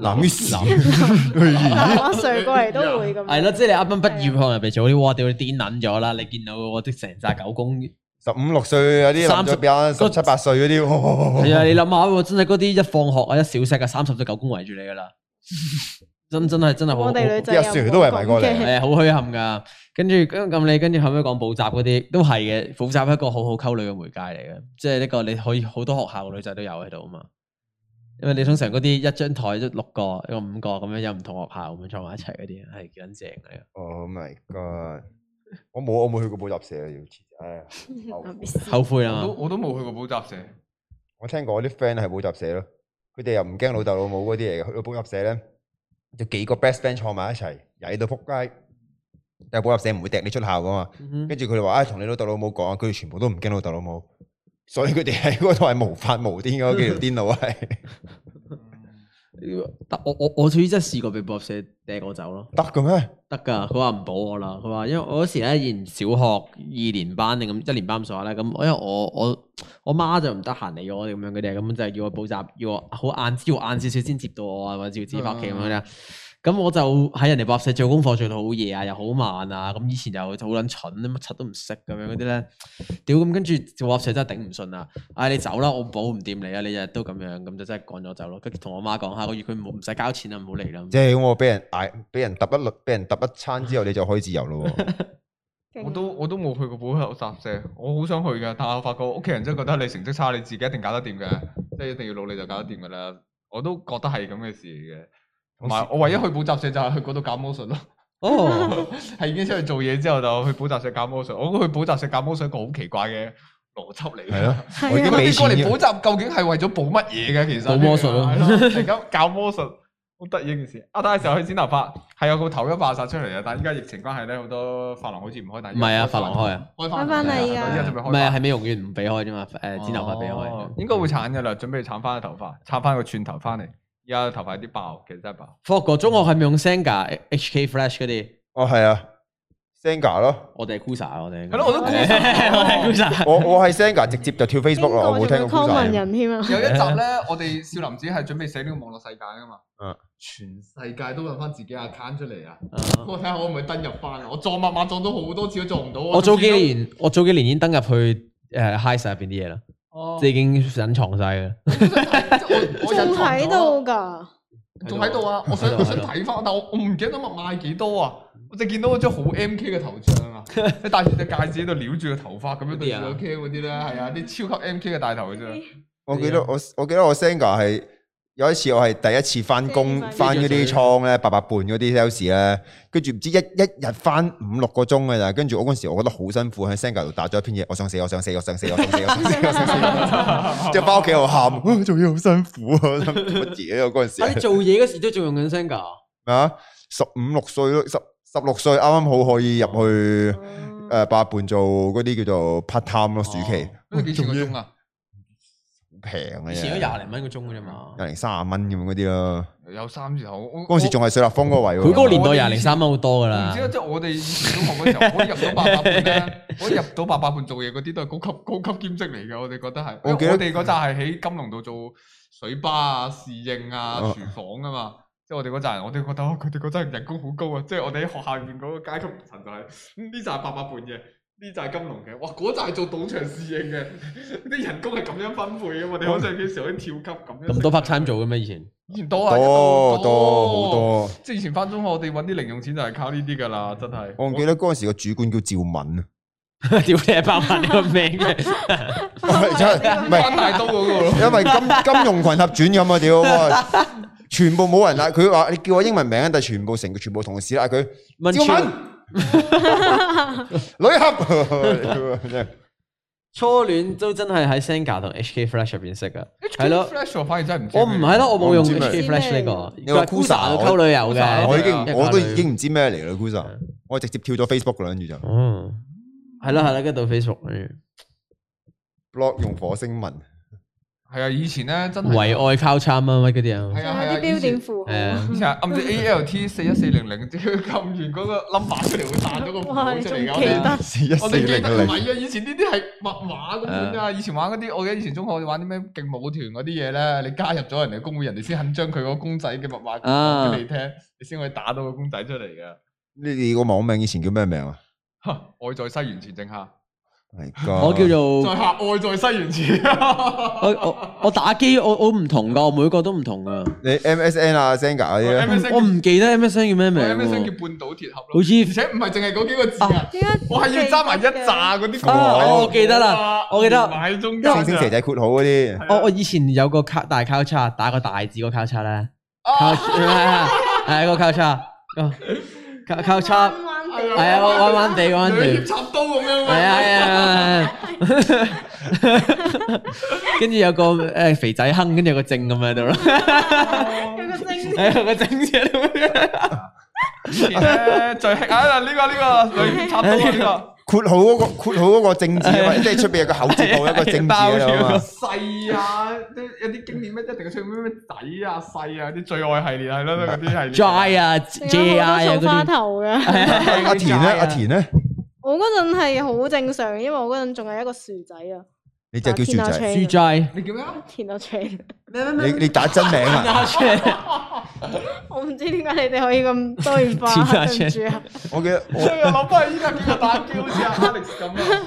Speaker 4: 男
Speaker 3: 男 miss，
Speaker 2: 男
Speaker 4: 男阿 Sir 過嚟都會咁樣。啊
Speaker 2: 係咯，即係你啱啱畢業可啊能人哋做啲，哇！屌你癲撚咗啦，你見到我啲成扎狗公，
Speaker 3: 十五六歲有啲
Speaker 2: 三
Speaker 3: 諗
Speaker 2: 十
Speaker 3: 咗變十七八歲嗰啲，
Speaker 2: 係啊，你諗下喎，真係嗰啲一放學啊一小息啊，三十隻狗公圍住你噶啦，真真係真係好。
Speaker 4: 我哋女仔
Speaker 3: 日
Speaker 4: 又
Speaker 3: 常都圍埋過嚟
Speaker 4: 冇咁嘅
Speaker 2: 係啊，好虛冚噶。跟住咁咁你跟住後尾講補習嗰啲都係嘅，補習係一個好好溝女嘅媒介嚟嘅，即係呢個你可以好多學校嘅女仔都有喺度啊嘛。因為你通常嗰啲一張台都六個、一個五個咁樣，有唔同學校咁樣坐埋一齊嗰啲，啊係幾撚正嘅。
Speaker 3: Oh my god！我
Speaker 1: 嗯
Speaker 3: 冇，我冇去過補習社啊，要切，哎 呀， 後悔
Speaker 4: 男 miss
Speaker 2: 後悔啦
Speaker 1: 我都
Speaker 2: 嘛，
Speaker 1: 我都冇去過補習社，
Speaker 3: 我聽過我啲 friend 係補習社咯，佢哋又唔驚老豆老母嗰啲嚟嘅，去到補習社咧，就幾個 best friend 坐埋一齊，曳到撲街。但係補習社唔會掟你出校噶嘛，
Speaker 2: 嗯哼
Speaker 3: 跟住佢哋話：，啊，同你老豆老母講，佢哋全部都唔驚老豆老母，所以佢哋喺嗰度係無法無天嗰 幾條癲佬係
Speaker 2: 但我我我最真係試過被補習社掟我走咯。
Speaker 3: 得嘅咩？
Speaker 2: 得噶，佢話唔補我啦。佢話因為我嗰時咧，以前小學二年班定咁一年班咁上下咧，咁因為我我我媽就唔得閒理我咁樣嗰啲，咁就叫我補習，要我好晏朝晏少少先接到我啊，或者要自己翻屋企咁樣啦。咁我就喺人哋補習社做功課做到好夜啊，又好慢啊，咁以前又好撚蠢，啊乜柒都唔識咁樣嗰啲咧，屌咁跟住補習社真係頂唔順啦，唉你走啦，我補唔掂你啊，你日日都咁樣，咁就真係趕咗走咯，跟住同我媽講下個月佢唔唔使交錢啦，唔好嚟啦。
Speaker 3: 即係咁我俾人嗌，俾人揼一律，俾人揼一餐之後，你就可以自由 咯喎。
Speaker 4: 勁啊
Speaker 1: 我都我都冇去過補習社，我好想去㗎，但係我發覺屋企人真係覺得你成績差，你自己一定搞得掂嘅，即係一定要努力就搞得掂㗎啦。我都覺得係咁嘅事嚟嘅。同埋我唯一去補習社就係去嗰度搞魔術咯，
Speaker 2: 哦。
Speaker 1: 係已經出去做嘢之後就去補習社搞魔術。我覺得去補習社搞魔術一個好奇怪嘅邏輯嚟
Speaker 3: 係
Speaker 1: 嘅
Speaker 3: 咯。
Speaker 4: 係啊
Speaker 3: 我已經
Speaker 1: 佢
Speaker 3: 俾
Speaker 1: 哋過
Speaker 3: 錢
Speaker 1: 嚟
Speaker 3: 嘅
Speaker 1: 補習究竟係為咗補乜嘢嘅？其實
Speaker 2: 補魔術咯
Speaker 1: 係咯，而家教魔術好得意一件事。啊，但係時候去剪頭髮係有個頭巾爆晒出嚟啊！但係依家疫情關係咧，好多髮廊好似唔開，但
Speaker 2: 唔係啊，髮廊開啊，
Speaker 1: 開
Speaker 4: 開返啦
Speaker 1: 係
Speaker 4: 依家
Speaker 1: 依家準備開返。
Speaker 2: 唔係啊係美容院唔俾開啫嘛，誒剪頭髮俾開
Speaker 1: 哦，，應該會鏟嘅啦，準備鏟翻個頭髮，插翻個寸頭翻嚟。而家頭髮有啲爆，其實真係爆。
Speaker 2: 科學哥中學係咪用 Senga、HK Flash 嗰啲？
Speaker 3: 哦，係啊，Senga 咯。
Speaker 2: 我哋係 Kusa，我哋
Speaker 1: 係咯我都 Kusa
Speaker 2: 我哋 Kusa。
Speaker 3: 我我係 Senga 直接就跳 Facebook 啊啦，我冇
Speaker 4: 英國
Speaker 3: 聽
Speaker 4: 仲
Speaker 3: 過
Speaker 4: 要
Speaker 3: Kusa
Speaker 4: common 人添啊！
Speaker 1: 有一集咧， 我哋少林寺係準備寫呢個網絡世界噶嘛，
Speaker 3: 嗯
Speaker 1: 全世界都揾翻自己 account 出嚟啊！
Speaker 2: 啊
Speaker 1: 我睇下我可唔可以登入翻啊！我撞密碼撞咗好多次都撞唔到啊。
Speaker 2: 我早幾年，我早幾年已經登入去誒 High 晒入邊啲嘢啦，
Speaker 1: 哦，
Speaker 2: 即係已經隱藏晒嘅。
Speaker 1: 我哦我隱藏咗
Speaker 4: 仲啊喺度㗎，
Speaker 1: 仲喺度啊！我想我想睇翻，但我我唔記得密碼係幾多啊！我就見到嗰張好 M K 嘅頭像 啊，你戴住隻戒指喺度撩住個頭髮咁樣對住個 K 嗰啲啊咧，係啊，啲超級 M K 嘅大頭嘅啫。
Speaker 3: 我記得我我記得我 Senga 係有一次我係第一次翻工
Speaker 4: 即係
Speaker 3: 翻嗰
Speaker 2: 呢
Speaker 3: 啲
Speaker 2: 種
Speaker 3: 倉咧八百半嗰啲 sales 咧，跟住唔知一一日翻五六個鐘嘅咋，跟住我嗰時我覺得好辛苦喺 Senga 度打咗一篇嘢，我想死我想死我想死我想 死我想 死我想死我想死，即係翻屋企我 喊，啊做嘢好辛苦啊，我心諗我自己我嗰陣時
Speaker 2: 啊！你
Speaker 3: 係
Speaker 2: 做嘢嗰時都仲用緊 Senga，
Speaker 3: 咩啊十五六歲咯，十十六歲啱啱好可以入去
Speaker 4: 哦
Speaker 3: 誒八百半做嗰啲叫做 part time 咯，暑期
Speaker 1: 嗰度幾錢個鐘啊？
Speaker 3: 平啊嘅
Speaker 2: 以
Speaker 3: 啫
Speaker 2: 前都廿零蚊個鐘嘅啫嘛。
Speaker 3: 廿零三十蚊咁嗰啲咯。
Speaker 1: 有三字頭。我
Speaker 3: 嗰陣時仲係水立方嗰個位喎。
Speaker 2: 佢嗰個年代廿零三蚊好多
Speaker 1: 我
Speaker 2: 噶
Speaker 1: 唔
Speaker 2: 啦
Speaker 1: 知。啊，即係我哋以前中學嗰時候，可以入到八百半 咧，可以入到八百半做嘢嗰啲都係高級高級兼職嚟嘅，我哋覺得係。
Speaker 3: 我記得
Speaker 1: 我哋嗰扎係喺金龍度做水吧啊、侍應啊、
Speaker 3: 哦
Speaker 1: 廚房啊嘛。即係我哋嗰扎人，我哋覺得哦佢哋嗰扎人人工好高啊！即係我哋喺學校入面嗰個階級層就係，嗯呢扎係八百半嘅，呢扎係金龍嘅，哇嗰扎係做賭場侍應嘅， 啲人工係咁樣分配嘅嘛。我哋
Speaker 3: 哦
Speaker 1: 好似幾時可以跳級咁樣。
Speaker 2: 咁多 part time 做嘅咩以前？
Speaker 1: 以前多啊，一
Speaker 3: 多
Speaker 1: 路
Speaker 3: 多好。多。
Speaker 1: 即係以前翻中學，我哋揾啲零用錢就係靠呢啲㗎啦，真係。
Speaker 3: 我仲記得嗰陣時個主管叫趙敏啊，
Speaker 2: 屌你一百萬呢個名嘅，
Speaker 3: 真係唔係
Speaker 1: 翻大刀嗰個咯。
Speaker 3: 因為 金金融群合轉咁啊屌哇！全部冇人啦，佢話你叫我英文名，但係全部成個全部同事啦，佢
Speaker 2: 問
Speaker 3: 趙敏
Speaker 2: 超
Speaker 3: 女俠， 真係
Speaker 2: 初戀都真係喺 Senga 同 HK Flash 入邊識噶，係咯。
Speaker 1: ，Flash 我反而真係唔知。
Speaker 2: 我唔係咯，我冇用
Speaker 3: 我唔知咩
Speaker 2: HK Flash 呢
Speaker 3: 你
Speaker 2: 個，
Speaker 3: 話
Speaker 2: 佢
Speaker 3: Kusa，啊
Speaker 2: Kusa 都溝女友
Speaker 1: 我
Speaker 2: 嘅。
Speaker 3: 我已
Speaker 1: 一
Speaker 3: 經
Speaker 2: 個
Speaker 3: 我都
Speaker 2: 女
Speaker 3: 已經唔知咩嚟啦，Gusa，我直接跳咗 Facebook 啦，跟住就
Speaker 2: 哦，係啦係啦，跟住到 Facebook 跟住
Speaker 3: 嗯 blog 用火 星文，
Speaker 1: 係啊，以前咧真係
Speaker 2: 為愛交叉乜乜嗰啲啊
Speaker 1: 係。啊
Speaker 4: 就係
Speaker 1: 係啊
Speaker 4: 啲標點符號。
Speaker 2: 係啊
Speaker 1: 以前暗住 A L T 四一四零零，只要撳完嗰個 number 出嚟會彈咗個符號出嚟㗎。啊
Speaker 4: 哇
Speaker 1: 我
Speaker 4: 仲記
Speaker 1: 哋
Speaker 4: 得
Speaker 3: 四一
Speaker 1: 我
Speaker 3: 四
Speaker 1: 哋記
Speaker 3: 零
Speaker 1: 得唔
Speaker 3: 零，
Speaker 1: 係啊，以前呢啲係密碼咁樣啊。以前玩嗰啲，我記得以前中學玩啲咩勁舞團嗰啲嘢咧，你加入咗人哋公會，人哋先肯將佢個公仔嘅密碼
Speaker 2: 啊
Speaker 3: 啊
Speaker 1: 講俾你聽，你先可以打到個公仔出嚟嘅。
Speaker 3: 你哋個網名以前叫咩名啊？
Speaker 1: 哈愛在西元前正下，
Speaker 3: 哦
Speaker 2: 我叫做
Speaker 1: 在下愛在西元前。
Speaker 2: 我我我打機我我唔同噶，我每個都唔同噶。
Speaker 3: 你 MSN 啊，Senga 嗰啲咧，
Speaker 1: MSN
Speaker 2: 我唔記得 MSN 叫咩名
Speaker 1: 我
Speaker 3: 哦
Speaker 1: M S N 叫
Speaker 2: 喎，
Speaker 1: 半島鐵盒咯，
Speaker 2: 好似
Speaker 1: 而且唔係淨係嗰幾個字啊，
Speaker 4: 點解
Speaker 1: 我係要揸埋一
Speaker 4: 扎？
Speaker 1: 紮嗰啲
Speaker 2: 啊我記得啦我記得
Speaker 1: 喺中間
Speaker 3: 星星蛇仔括號嗰啲，
Speaker 2: 我我以前有個交大交叉，打個大字個交叉咧，
Speaker 3: 哦
Speaker 2: 交
Speaker 1: 啊，
Speaker 2: 係個交叉，哦交交叉，
Speaker 4: 彎
Speaker 2: 係啊，彎彎地彎
Speaker 1: 兩
Speaker 2: 地
Speaker 1: 肋。插刀咁樣
Speaker 2: 系啊系啊，跟住有個诶肥仔亨，跟住有個正咁喺度咯，
Speaker 4: 彎有個精
Speaker 1: 啊
Speaker 2: 係有個正字喺度。
Speaker 1: 以前咧 最興啊！呢個呢個兩肋插刀啊！呢
Speaker 3: 括號嗰個括號嗰個政治啊嘛，即係出邊有個口字部一個政治喺度啊
Speaker 1: 個
Speaker 3: 嘛。
Speaker 1: 細啊，啲有啲經典咩一定要出咩咩仔啊細啊啲最愛系列係
Speaker 3: 嗯
Speaker 1: 咯嗰啲系
Speaker 2: Dry 啊，J 啊，
Speaker 4: 有
Speaker 2: 有
Speaker 4: 好多草
Speaker 2: 嗰
Speaker 4: 花
Speaker 1: 列。
Speaker 2: 啲啊
Speaker 4: 頭㗎。
Speaker 3: 阿田咧，阿田咧，
Speaker 4: 我嗰陣係好正常，因為我嗰陣仲係一個薯仔啊，
Speaker 3: 你就叫薯仔，
Speaker 2: 豬 Dry。
Speaker 1: 你叫咩啊？
Speaker 4: 田阿 Train。
Speaker 3: 你你打真名 啊？
Speaker 4: 我唔知點解你哋可以咁多
Speaker 2: 田
Speaker 4: 元化，
Speaker 2: 阿
Speaker 4: 對唔住啊！
Speaker 3: 我嘅
Speaker 1: 所
Speaker 3: 我
Speaker 1: 以我諗翻起依家幾個打機好似阿 Alex 咁啊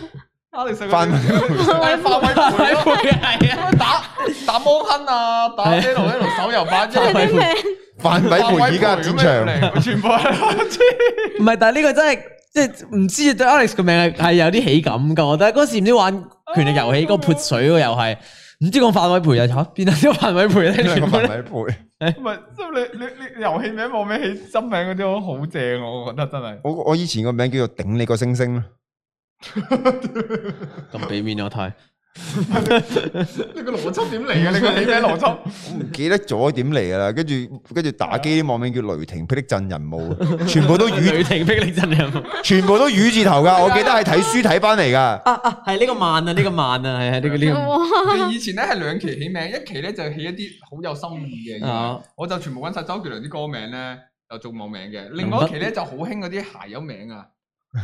Speaker 1: ，Alex 嗰啲
Speaker 3: 范
Speaker 1: 係范偉培咯。
Speaker 2: 係啊，
Speaker 1: 打打摩亨啊，打 L L 手游版，即
Speaker 4: 啊 你啲名
Speaker 3: 范偉培而家入戰場，
Speaker 1: 嚟，全部係
Speaker 2: 唔係，但係呢個真係即係唔知對 Alex 個名係係有啲喜感噶。我覺得嗰時唔知玩權力遊戲嗰個潑水嗰個又係，唔知講范偉培又嚇邊啊啲范偉培咧，
Speaker 3: 因為
Speaker 2: 全
Speaker 3: 個
Speaker 2: 部
Speaker 3: 范
Speaker 2: 咧
Speaker 3: 偉培。
Speaker 1: 唔係，即係你你你遊戲名冇咩起真名嗰啲好正，我覺得真係。
Speaker 3: 我我以前個名叫做頂你個星星啦，
Speaker 2: 咁俾面我睇。
Speaker 1: 你個邏輯點嚟嘅？你個起名邏輯
Speaker 3: 我唔記得咗點嚟噶啦。跟住跟住打機啲網名叫雷霆霹靂陣人舞，啊全部都
Speaker 2: 雷
Speaker 3: 雨
Speaker 2: 霆霹靂真係。
Speaker 3: 全部都雨字頭噶。我記得係睇書睇翻嚟噶。
Speaker 2: 啊啊，系呢個慢啊，呢個慢啊，係啊，呢 個呢
Speaker 4: 哇！
Speaker 1: 你以前咧係兩期起名，一期咧就起一啲好有心意嘅
Speaker 2: 個
Speaker 1: 嘢，
Speaker 2: 啊，
Speaker 1: 我就全部揾晒周杰倫啲歌名咧，就做網名嘅。另外一期咧就好興嗰啲鞋油名啊，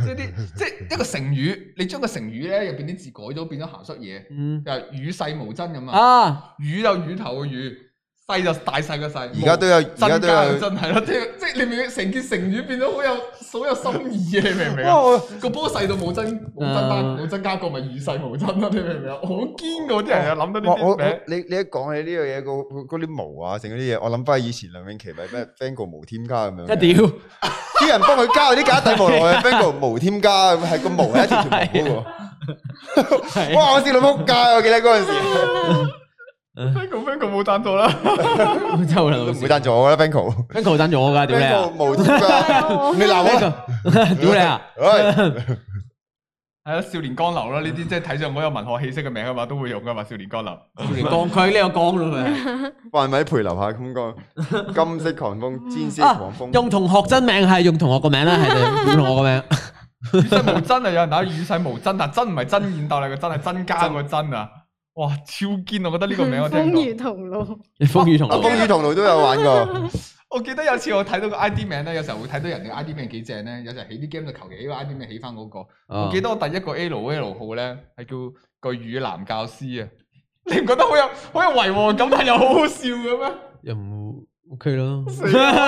Speaker 1: 即係啲 即係一個成語，你將個成語咧入邊啲字改咗，變咗鹹濕嘢，
Speaker 2: 嗯
Speaker 1: 就係與世無爭咁啊。
Speaker 2: 啊，
Speaker 1: 魚就魚頭嘅魚，細就大細嘅細。
Speaker 3: 而家都有，而
Speaker 1: 真
Speaker 3: 家都有。
Speaker 1: 真係咯，即係即係你明成件成語變咗好有好有心意嘅，你明唔明
Speaker 3: 哇！
Speaker 1: 啊？
Speaker 3: 我
Speaker 1: 個波細到冇增冇增加冇增加過，咪與世無爭咯，你明唔明啊？好堅㗎，啲人又諗到呢
Speaker 3: 我我
Speaker 1: 啲
Speaker 3: 我
Speaker 1: 名。哎
Speaker 3: 你你一講起呢樣嘢，個個嗰啲毛啊，成嗰啲嘢，我諗翻以前梁咏琪咪咩 Fango 無添加咁樣
Speaker 2: 一
Speaker 3: 嘅，
Speaker 2: 屌，
Speaker 3: 啲人幫佢加嗰啲假底 毛落去，Fango 無添加，係個毛係一條條毛嗰個。
Speaker 2: 係
Speaker 3: 哇！我笑到撲街，我記得嗰陣時
Speaker 1: Fango Fango 冇贊助啦，
Speaker 2: 周啦，
Speaker 3: 都唔會贊助我啦，Fango。
Speaker 2: Franco 赞咗我噶，屌你啊
Speaker 3: Fango 無添 加，你鬧我啦，
Speaker 2: ，Franco，屌 你啊！
Speaker 3: 喂，
Speaker 1: 係啊，少年江流啦，呢啲即係睇上好有文學氣息嘅名啊嘛，都會用噶嘛，少年江 流。
Speaker 2: 降佢呢個降啦
Speaker 3: 范米培留下空光，金色狂風，尖
Speaker 2: 佢
Speaker 3: 色
Speaker 2: 啊
Speaker 3: 狂，風，
Speaker 2: 用同學真名係用同學個名啦，係用同學個名，
Speaker 1: 與世無爭啊！有人打與世無爭啊，真唔係真現鬥嚟嘅真，係真加個真啊！哇，超堅！我覺得呢個名我聽過。
Speaker 4: 風雨同路，
Speaker 2: 風雨同
Speaker 3: 阿
Speaker 2: 學
Speaker 3: 風雨同路都有玩過。
Speaker 1: 我記得有次我睇到個 ID 名咧，有時候會睇到人哋 ID 名幾正咧，有時候起啲 game 就求其起個 ID 名起翻嗰、個。我
Speaker 2: 啊
Speaker 1: 記得我第一個 L L 號咧係叫個語男教師啊， 你唔覺得好有好有違和感，但又好好笑嘅 咩？
Speaker 2: 啊又唔 OK 咯。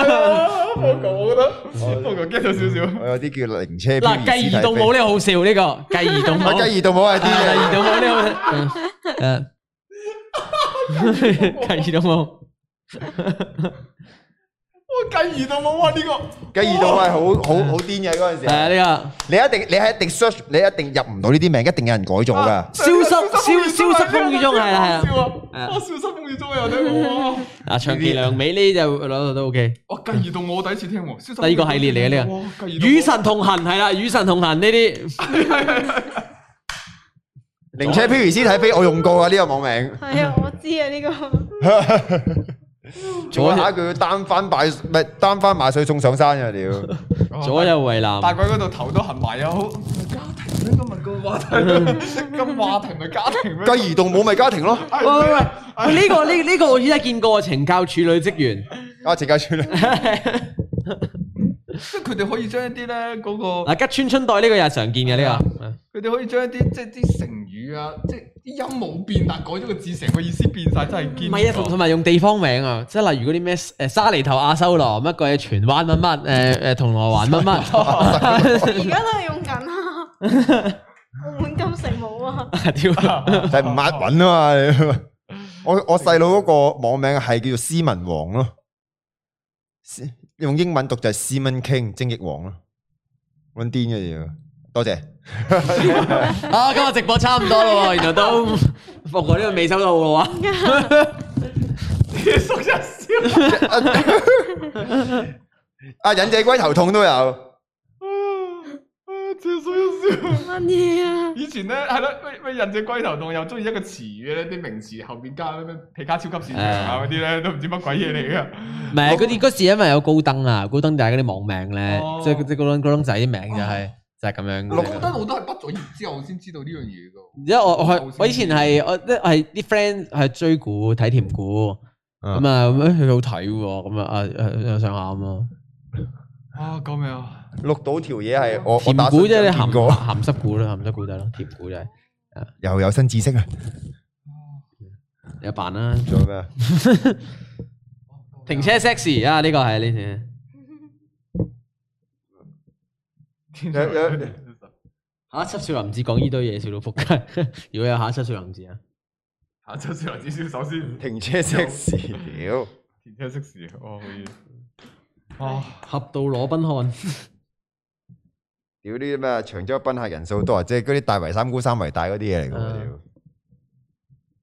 Speaker 1: 我講啊我覺
Speaker 2: 哦
Speaker 1: 得我講 get 到少少。
Speaker 2: 嗯
Speaker 3: 我有啲叫靈車
Speaker 2: 嗱，繼而動武呢個好笑，呢個繼而動
Speaker 3: 我
Speaker 2: 武，
Speaker 3: 繼而動武係啲
Speaker 2: 啊
Speaker 3: 嘢。
Speaker 2: 繼而動武呢 個，誒，繼而動武。
Speaker 1: 我繼而到冇啊呢個。哦
Speaker 3: 繼而
Speaker 2: 啊
Speaker 3: 到係好好好癲嘅嗰陣時
Speaker 2: 係啊，
Speaker 3: 候，
Speaker 2: 呢
Speaker 3: 你一定你係一定 search，你一定入唔到呢啲名，一定有人改咗㗎。
Speaker 2: 消失消消失風雨中係啦係
Speaker 1: 係
Speaker 2: 啦係啊
Speaker 1: 啊，消失風雨中啊，有聽過 哇
Speaker 2: 個啊長期良美呢就攞到都 OK。
Speaker 1: 我繼而到我第一次聽喎，消失
Speaker 2: 第二個系列嚟嘅呢個
Speaker 1: 個
Speaker 2: 與神同行係啦，與神同行呢啲
Speaker 3: 靈車漂移屍體飛，我用過啊呢個網名。
Speaker 4: 係啊，我知啊呢個。
Speaker 3: 仲下一句要單翻買，唔係單翻買水送上山啊屌！
Speaker 2: 左右為難。
Speaker 1: 大鬼嗰度頭都痕埋啊！好家庭咧，今日個 話題，咁話題咪家庭咩？
Speaker 3: 繼而動武咪家庭咯，
Speaker 2: 喂喂喂，喂呢個呢呢個我真係見過懲教處女職員，
Speaker 3: 家啊庭家村啦。
Speaker 1: 即係佢哋可以將一啲咧嗰個，
Speaker 2: 嗱吉川春代呢個又係常見嘅呢
Speaker 1: 佢哋可以將一啲即係啲成語啊，即係啲音冇變，但係改咗個字，成個意思變晒，真係
Speaker 2: 個。
Speaker 1: 堅。
Speaker 2: 唔係啊，同同埋用地方名啊，即係例如嗰啲咩誒沙梨頭亞修羅乜鬼荃灣乜乜誒誒銅鑼灣乜乜，
Speaker 4: 而家都係用緊啊！ 澳門金城冇啊！
Speaker 2: 屌！
Speaker 3: 就係唔押韻啊嘛。我我細佬嗰個網名係叫做斯文王咯，斯用英文讀就係 Simon King 精翼王咯，搵癲嘅嘢喎。多謝，
Speaker 2: 啊，今日直播差唔多咯喎，原來 都服我呢個未收到嘅話，
Speaker 1: 縮一笑，
Speaker 3: 啊忍者龜頭痛都有，
Speaker 1: 笑縮一笑。
Speaker 4: 乜嘢啊？
Speaker 1: 以前咧係咯，咩咩人隻龜頭洞又中意一個詞語咧，啲名詞後邊加咩咩皮卡超級市場啊嗰啲咧，都唔知乜鬼嘢嚟噶。
Speaker 2: 唔係嗰啲嗰時因為有高登啊，高登就係嗰啲網名咧
Speaker 1: 哦，
Speaker 2: 即係即係高登高登仔啲名就係就係咁樣
Speaker 1: 我覺
Speaker 2: 嘅。
Speaker 1: 得我都係畢咗業之後先知道呢樣嘢噶。
Speaker 2: 因為我我係我以前係我即係啲 friend 係追股睇甜股，咁啊咁誒佢好睇喎，咁啊啊啊上下咁啊。
Speaker 1: 啊，救命啊！
Speaker 3: 錄到條嘢係我我
Speaker 2: 甜
Speaker 3: 打
Speaker 2: 股即係啲
Speaker 3: 算
Speaker 2: 鹹
Speaker 3: 見過
Speaker 2: 鹹濕股啦，鹹濕股就係咯，甜股就係
Speaker 3: 又有新知識啊！
Speaker 2: 有扮啦。
Speaker 3: 仲有咩啊？
Speaker 2: 停車 sexy 啊，呢個係呢啲。
Speaker 3: 有有
Speaker 2: 下一輯少林寺講呢堆嘢笑到仆街。如果有下一輯少林寺啊，
Speaker 1: 下周小林子少首先
Speaker 3: 停車熄匙，屌！
Speaker 1: 停車熄匙，哦，可以。哇！
Speaker 2: 合到裸奔漢。
Speaker 3: 屌呢啲咩長洲賓客人數多啊，即係嗰啲大圍三姑三圍大嗰啲嘢嚟㗎喎，屌！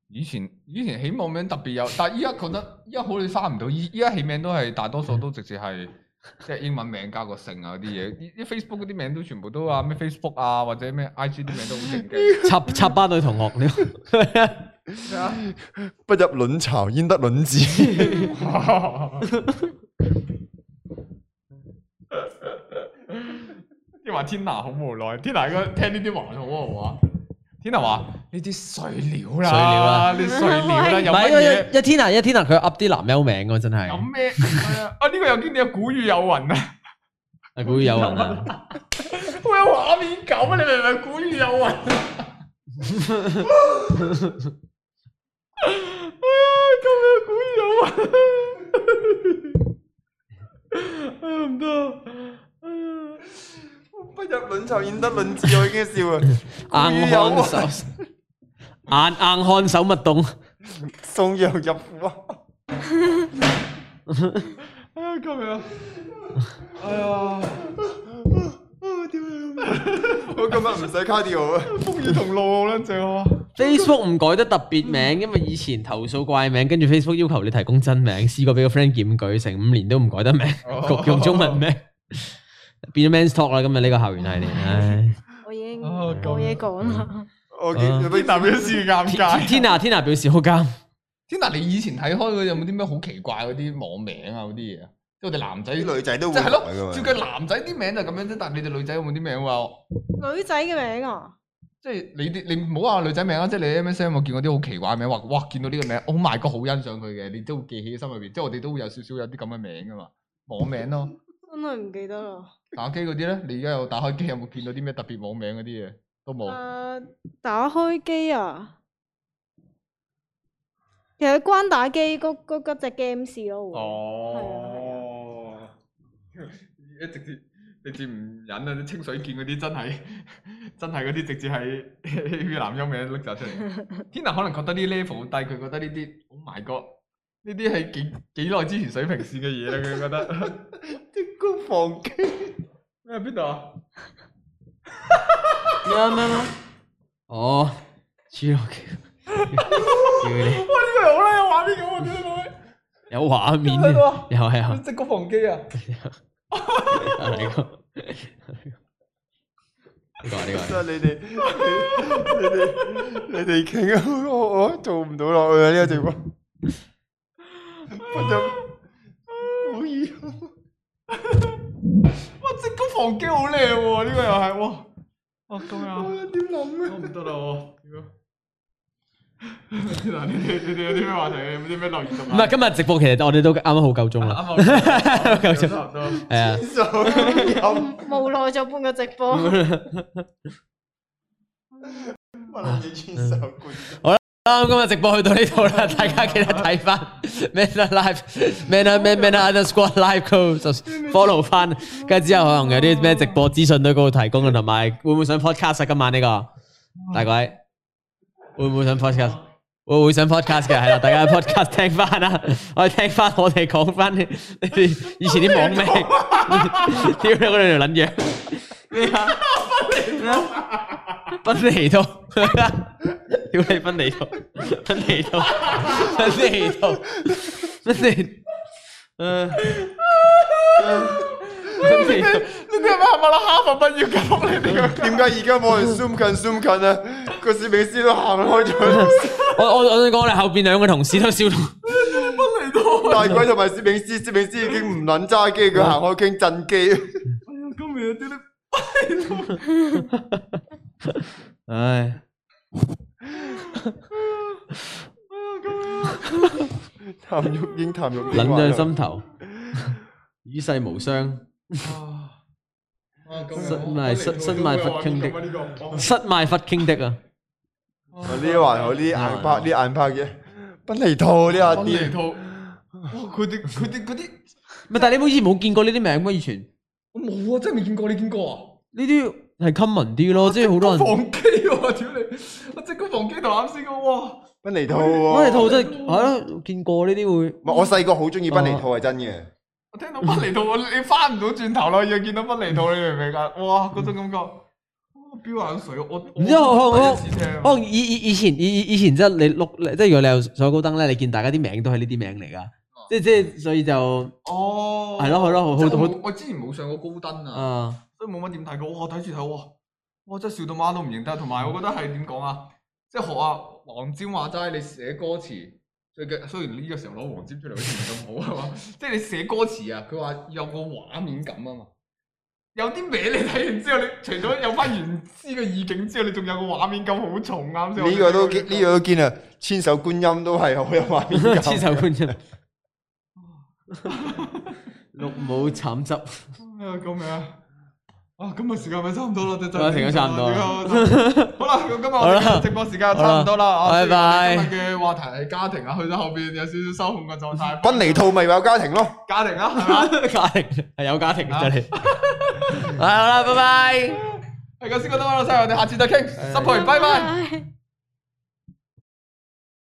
Speaker 1: 以前以前起網名特別有， 但係依家覺得依家好似翻唔到，依依家起名都係大多
Speaker 2: 嗯
Speaker 1: 數都直接 係即係英文名加個姓啊嗰啲嘢，依啲 Facebook 嗰啲名都全部都啊
Speaker 2: 嗯
Speaker 1: 咩 Facebook 啊或者咩 IG 啲名都好正 嘅。
Speaker 2: 插插班女同學，你
Speaker 3: 不入卵巢，焉得卵子？
Speaker 1: 即係話天娜好無奈，天娜應該聽呢啲話好無話。天娜話：呢啲碎料
Speaker 2: 碎料
Speaker 1: 啦，
Speaker 2: 啦
Speaker 1: 呢啲碎料啦，有
Speaker 2: 唔係
Speaker 1: 乜
Speaker 2: 因
Speaker 1: 嘢
Speaker 2: 為？一天啊一天啊，佢 up 啲男優名喎，真係
Speaker 1: 有咩？係啊，啊呢個又經典，古語有云啊，
Speaker 2: 啊古語有云啊，
Speaker 1: 好有畫面感啊！你明唔明？古語有啊云。哎呀，救命！古語有云。哎呀，唔得啊！哎呀，
Speaker 3: 不入卵巢，焉得卵子？我已經笑啊！
Speaker 2: 硬漢手硬硬漢手勿動，
Speaker 3: 送羊入虎啊！
Speaker 1: 哎呀，救命啊！哎呀，
Speaker 3: 我今日唔使卡調啊！
Speaker 1: 風雨同路好撚正啊！
Speaker 2: Facebook 唔改得特別名，因為以前投訴怪名，跟住 Facebook 要求你提供真名，試過俾個 friend 檢舉，成五年都唔改得名，
Speaker 1: 哦
Speaker 2: 局用中文名，變咗 Man's Talk 啦。今日呢個校園系列，唉，
Speaker 4: 我已經
Speaker 1: 啊咁
Speaker 4: 冇嘢講啦。
Speaker 1: 嗯
Speaker 3: 我見有
Speaker 1: 天
Speaker 3: 咩
Speaker 1: 娜表示尷
Speaker 2: 天
Speaker 1: 尬。
Speaker 2: 天啊天啊表示好監，
Speaker 1: 天娜，你以前睇開佢有冇啲咩好奇怪嗰啲網名啊嗰啲嘢啊？即係我哋男仔
Speaker 3: 啲女仔都
Speaker 1: 即
Speaker 3: 會
Speaker 1: 係
Speaker 3: 改
Speaker 1: 咯，照
Speaker 3: 㗎嘛？
Speaker 1: 計男仔啲名就咁樣啫，但係你哋女仔有冇啲名啊話？
Speaker 4: 女仔嘅名啊，
Speaker 1: 即係你啲你唔好話女仔名啦，即係你 MSN 有冇見過啲好奇怪嘅名？話哇見到呢個名，Oh my god，好欣賞佢嘅，你都會記起心裏邊。即係我哋都會有少少有啲咁嘅名噶嘛，網名咯。
Speaker 4: 真係唔記得啦。
Speaker 1: 打機嗰啲咧，你而家有打開機有冇見到啲咩特別網名嗰啲嘢？都冇。
Speaker 4: 誒，啊打開機啊，其實關打機嗰嗰嗰隻 game 事咯。會
Speaker 1: 哦， 一直接直接唔忍啊！啲清水見嗰啲真係 真係嗰啲直接係 越南音名拎晒出嚟。天娜可能覺得呢 level 好低，佢覺得呢啲 Oh my god，呢啲係幾幾耐之前水平線嘅嘢啦，佢覺得
Speaker 3: 啲高房機
Speaker 1: 咩邊度啊？
Speaker 2: 咩咩咩？哦，侏 羅紀，屌你，
Speaker 1: 哇！呢個又好啦，有畫面咁啊，點解
Speaker 2: 有畫面
Speaker 1: 睇到啊
Speaker 2: 啊，有係
Speaker 1: 咁？即高防機啊！
Speaker 2: 啊，呢個呢個呢
Speaker 3: 其
Speaker 2: 個
Speaker 3: 實你哋你你哋你哋傾啊，我我做唔到落去啊呢個地方，我就好易。
Speaker 1: 哇！即高防機好靚喎，呢個又係哇！哇咁樣啊，
Speaker 3: 我點諗
Speaker 1: 我
Speaker 3: 啊？
Speaker 1: 唔得啦喎！屌嗱，你哋你哋有啲咩話題？有冇啲咩留言同
Speaker 2: 唔係今日直播，其實我哋都啱啱好夠鐘啦，
Speaker 1: 啱啱好
Speaker 2: 夠
Speaker 1: 有
Speaker 2: 鐘
Speaker 1: 差唔多。
Speaker 2: 係啊。
Speaker 3: 手飲
Speaker 4: 無奈咗半個直 播。
Speaker 3: 乜撚嘢穿手冠軍？
Speaker 2: 好啦，咁今日直播去到呢度啦，大家記得睇翻 Man Up Live Man Up Man Man Up Underscore Live 嗰度 follow 翻，跟住之後可能有啲咩直播資訊都嗰度提供嘅，同埋會唔會上 podcast 啊？今晚呢個大鬼會唔會上 podcast？會會上 podcast 嘅係啦，大家去 podcast 聽翻啦，我哋聽翻我哋講翻你哋以前啲網名，屌你嗰兩條撚樣咩啊？分離 到，屌你分離到，分離到，分離到，分離，嗯，分離
Speaker 1: 你哋
Speaker 2: 到，
Speaker 1: 係咪係咪啦？哈佛畢業嘅福利嚟嘅？
Speaker 3: 點解而家冇人 zoom 近 zoom 近啊？個攝影師都行開咗，
Speaker 2: 我我我想講，我哋後邊兩個同事都笑到，
Speaker 3: 大鬼同埋攝影師，攝影師已經唔撚揸機，佢行開傾震機。
Speaker 1: 今日有啲啲
Speaker 2: 唉，
Speaker 3: 譚玉英，譚玉英，
Speaker 2: 撚在心頭，與世無雙，
Speaker 1: 啊！
Speaker 2: 失咪失失咪佛傾的失賣佛傾的啊！
Speaker 3: 我呢一環我呢啲硬拍，呢啲硬拍嘅，不離套呢下
Speaker 1: 分
Speaker 3: 啲
Speaker 1: 離。套。哇！佢哋佢哋嗰啲，
Speaker 2: 咪但係你好似冇見過呢啲名咩？以前
Speaker 1: 我冇啊，真係未見過，你見過啊？
Speaker 2: 呢啲係 common 啲咯，即係好多 人。
Speaker 1: 房機喎，屌你！我即高房機同啱先嘅，哇！
Speaker 3: 賓尼兔喎，
Speaker 2: 我哋套真係係咯，見過呢啲會。
Speaker 3: 唔係我細個好中意賓尼兔係真嘅，
Speaker 1: 我聽到不離 道，你翻唔到轉頭咯，要見到不離道，你明唔明啊？哇！嗰種感覺，哇！哦飆眼水，我
Speaker 2: 唔知啊我我我
Speaker 1: 第一次聽啊
Speaker 2: 哦，以以以前以以以前即係你碌，即係如果你有上高登咧，你見大家啲名都係呢啲名嚟噶，即即係所以就
Speaker 1: 哦，
Speaker 2: 係咯係咯，好
Speaker 1: 即係
Speaker 2: 好
Speaker 1: 我
Speaker 2: 好
Speaker 1: 冇我之前冇上過高登啊。
Speaker 2: 啊！
Speaker 1: 所以冇乜點睇過。哇，睇住睇哇，哇真係笑到媽都唔認得。同埋我覺得係點講啊，即係學啊黃霑話齋，你寫歌詞最緊，雖然呢個時候攞黃霑出嚟好似唔係咁好啊係嘛， 即係你寫歌詞啊，佢話有個畫面感啊嘛。有啲名你睇完之後，你除咗有翻原詩嘅意境之後，你仲有個畫面感好重啊啱先。
Speaker 3: 呢個都堅呢個都堅啊！千手觀音都係好有畫面感。
Speaker 2: 千手觀音， 綠帽慘汁，
Speaker 1: 啊咁樣啊，今日時間咪差唔多啦，真
Speaker 2: 啊停咗差唔多啦
Speaker 1: 好啦，咁今日我哋嘅直播時間差唔多啦，啊雖然我哋
Speaker 2: 好啦拜拜
Speaker 1: 今日嘅話題係家庭啊，去到後邊有少少收控嘅狀 態。
Speaker 3: 賓尼兔咪有家庭咯。
Speaker 1: 家庭啊，係嘛？
Speaker 2: 家庭係有家庭真係。係好啦，拜拜。
Speaker 1: 係咁先，覺得我哋我哋下次再傾，失陪，拜拜。
Speaker 4: 拜拜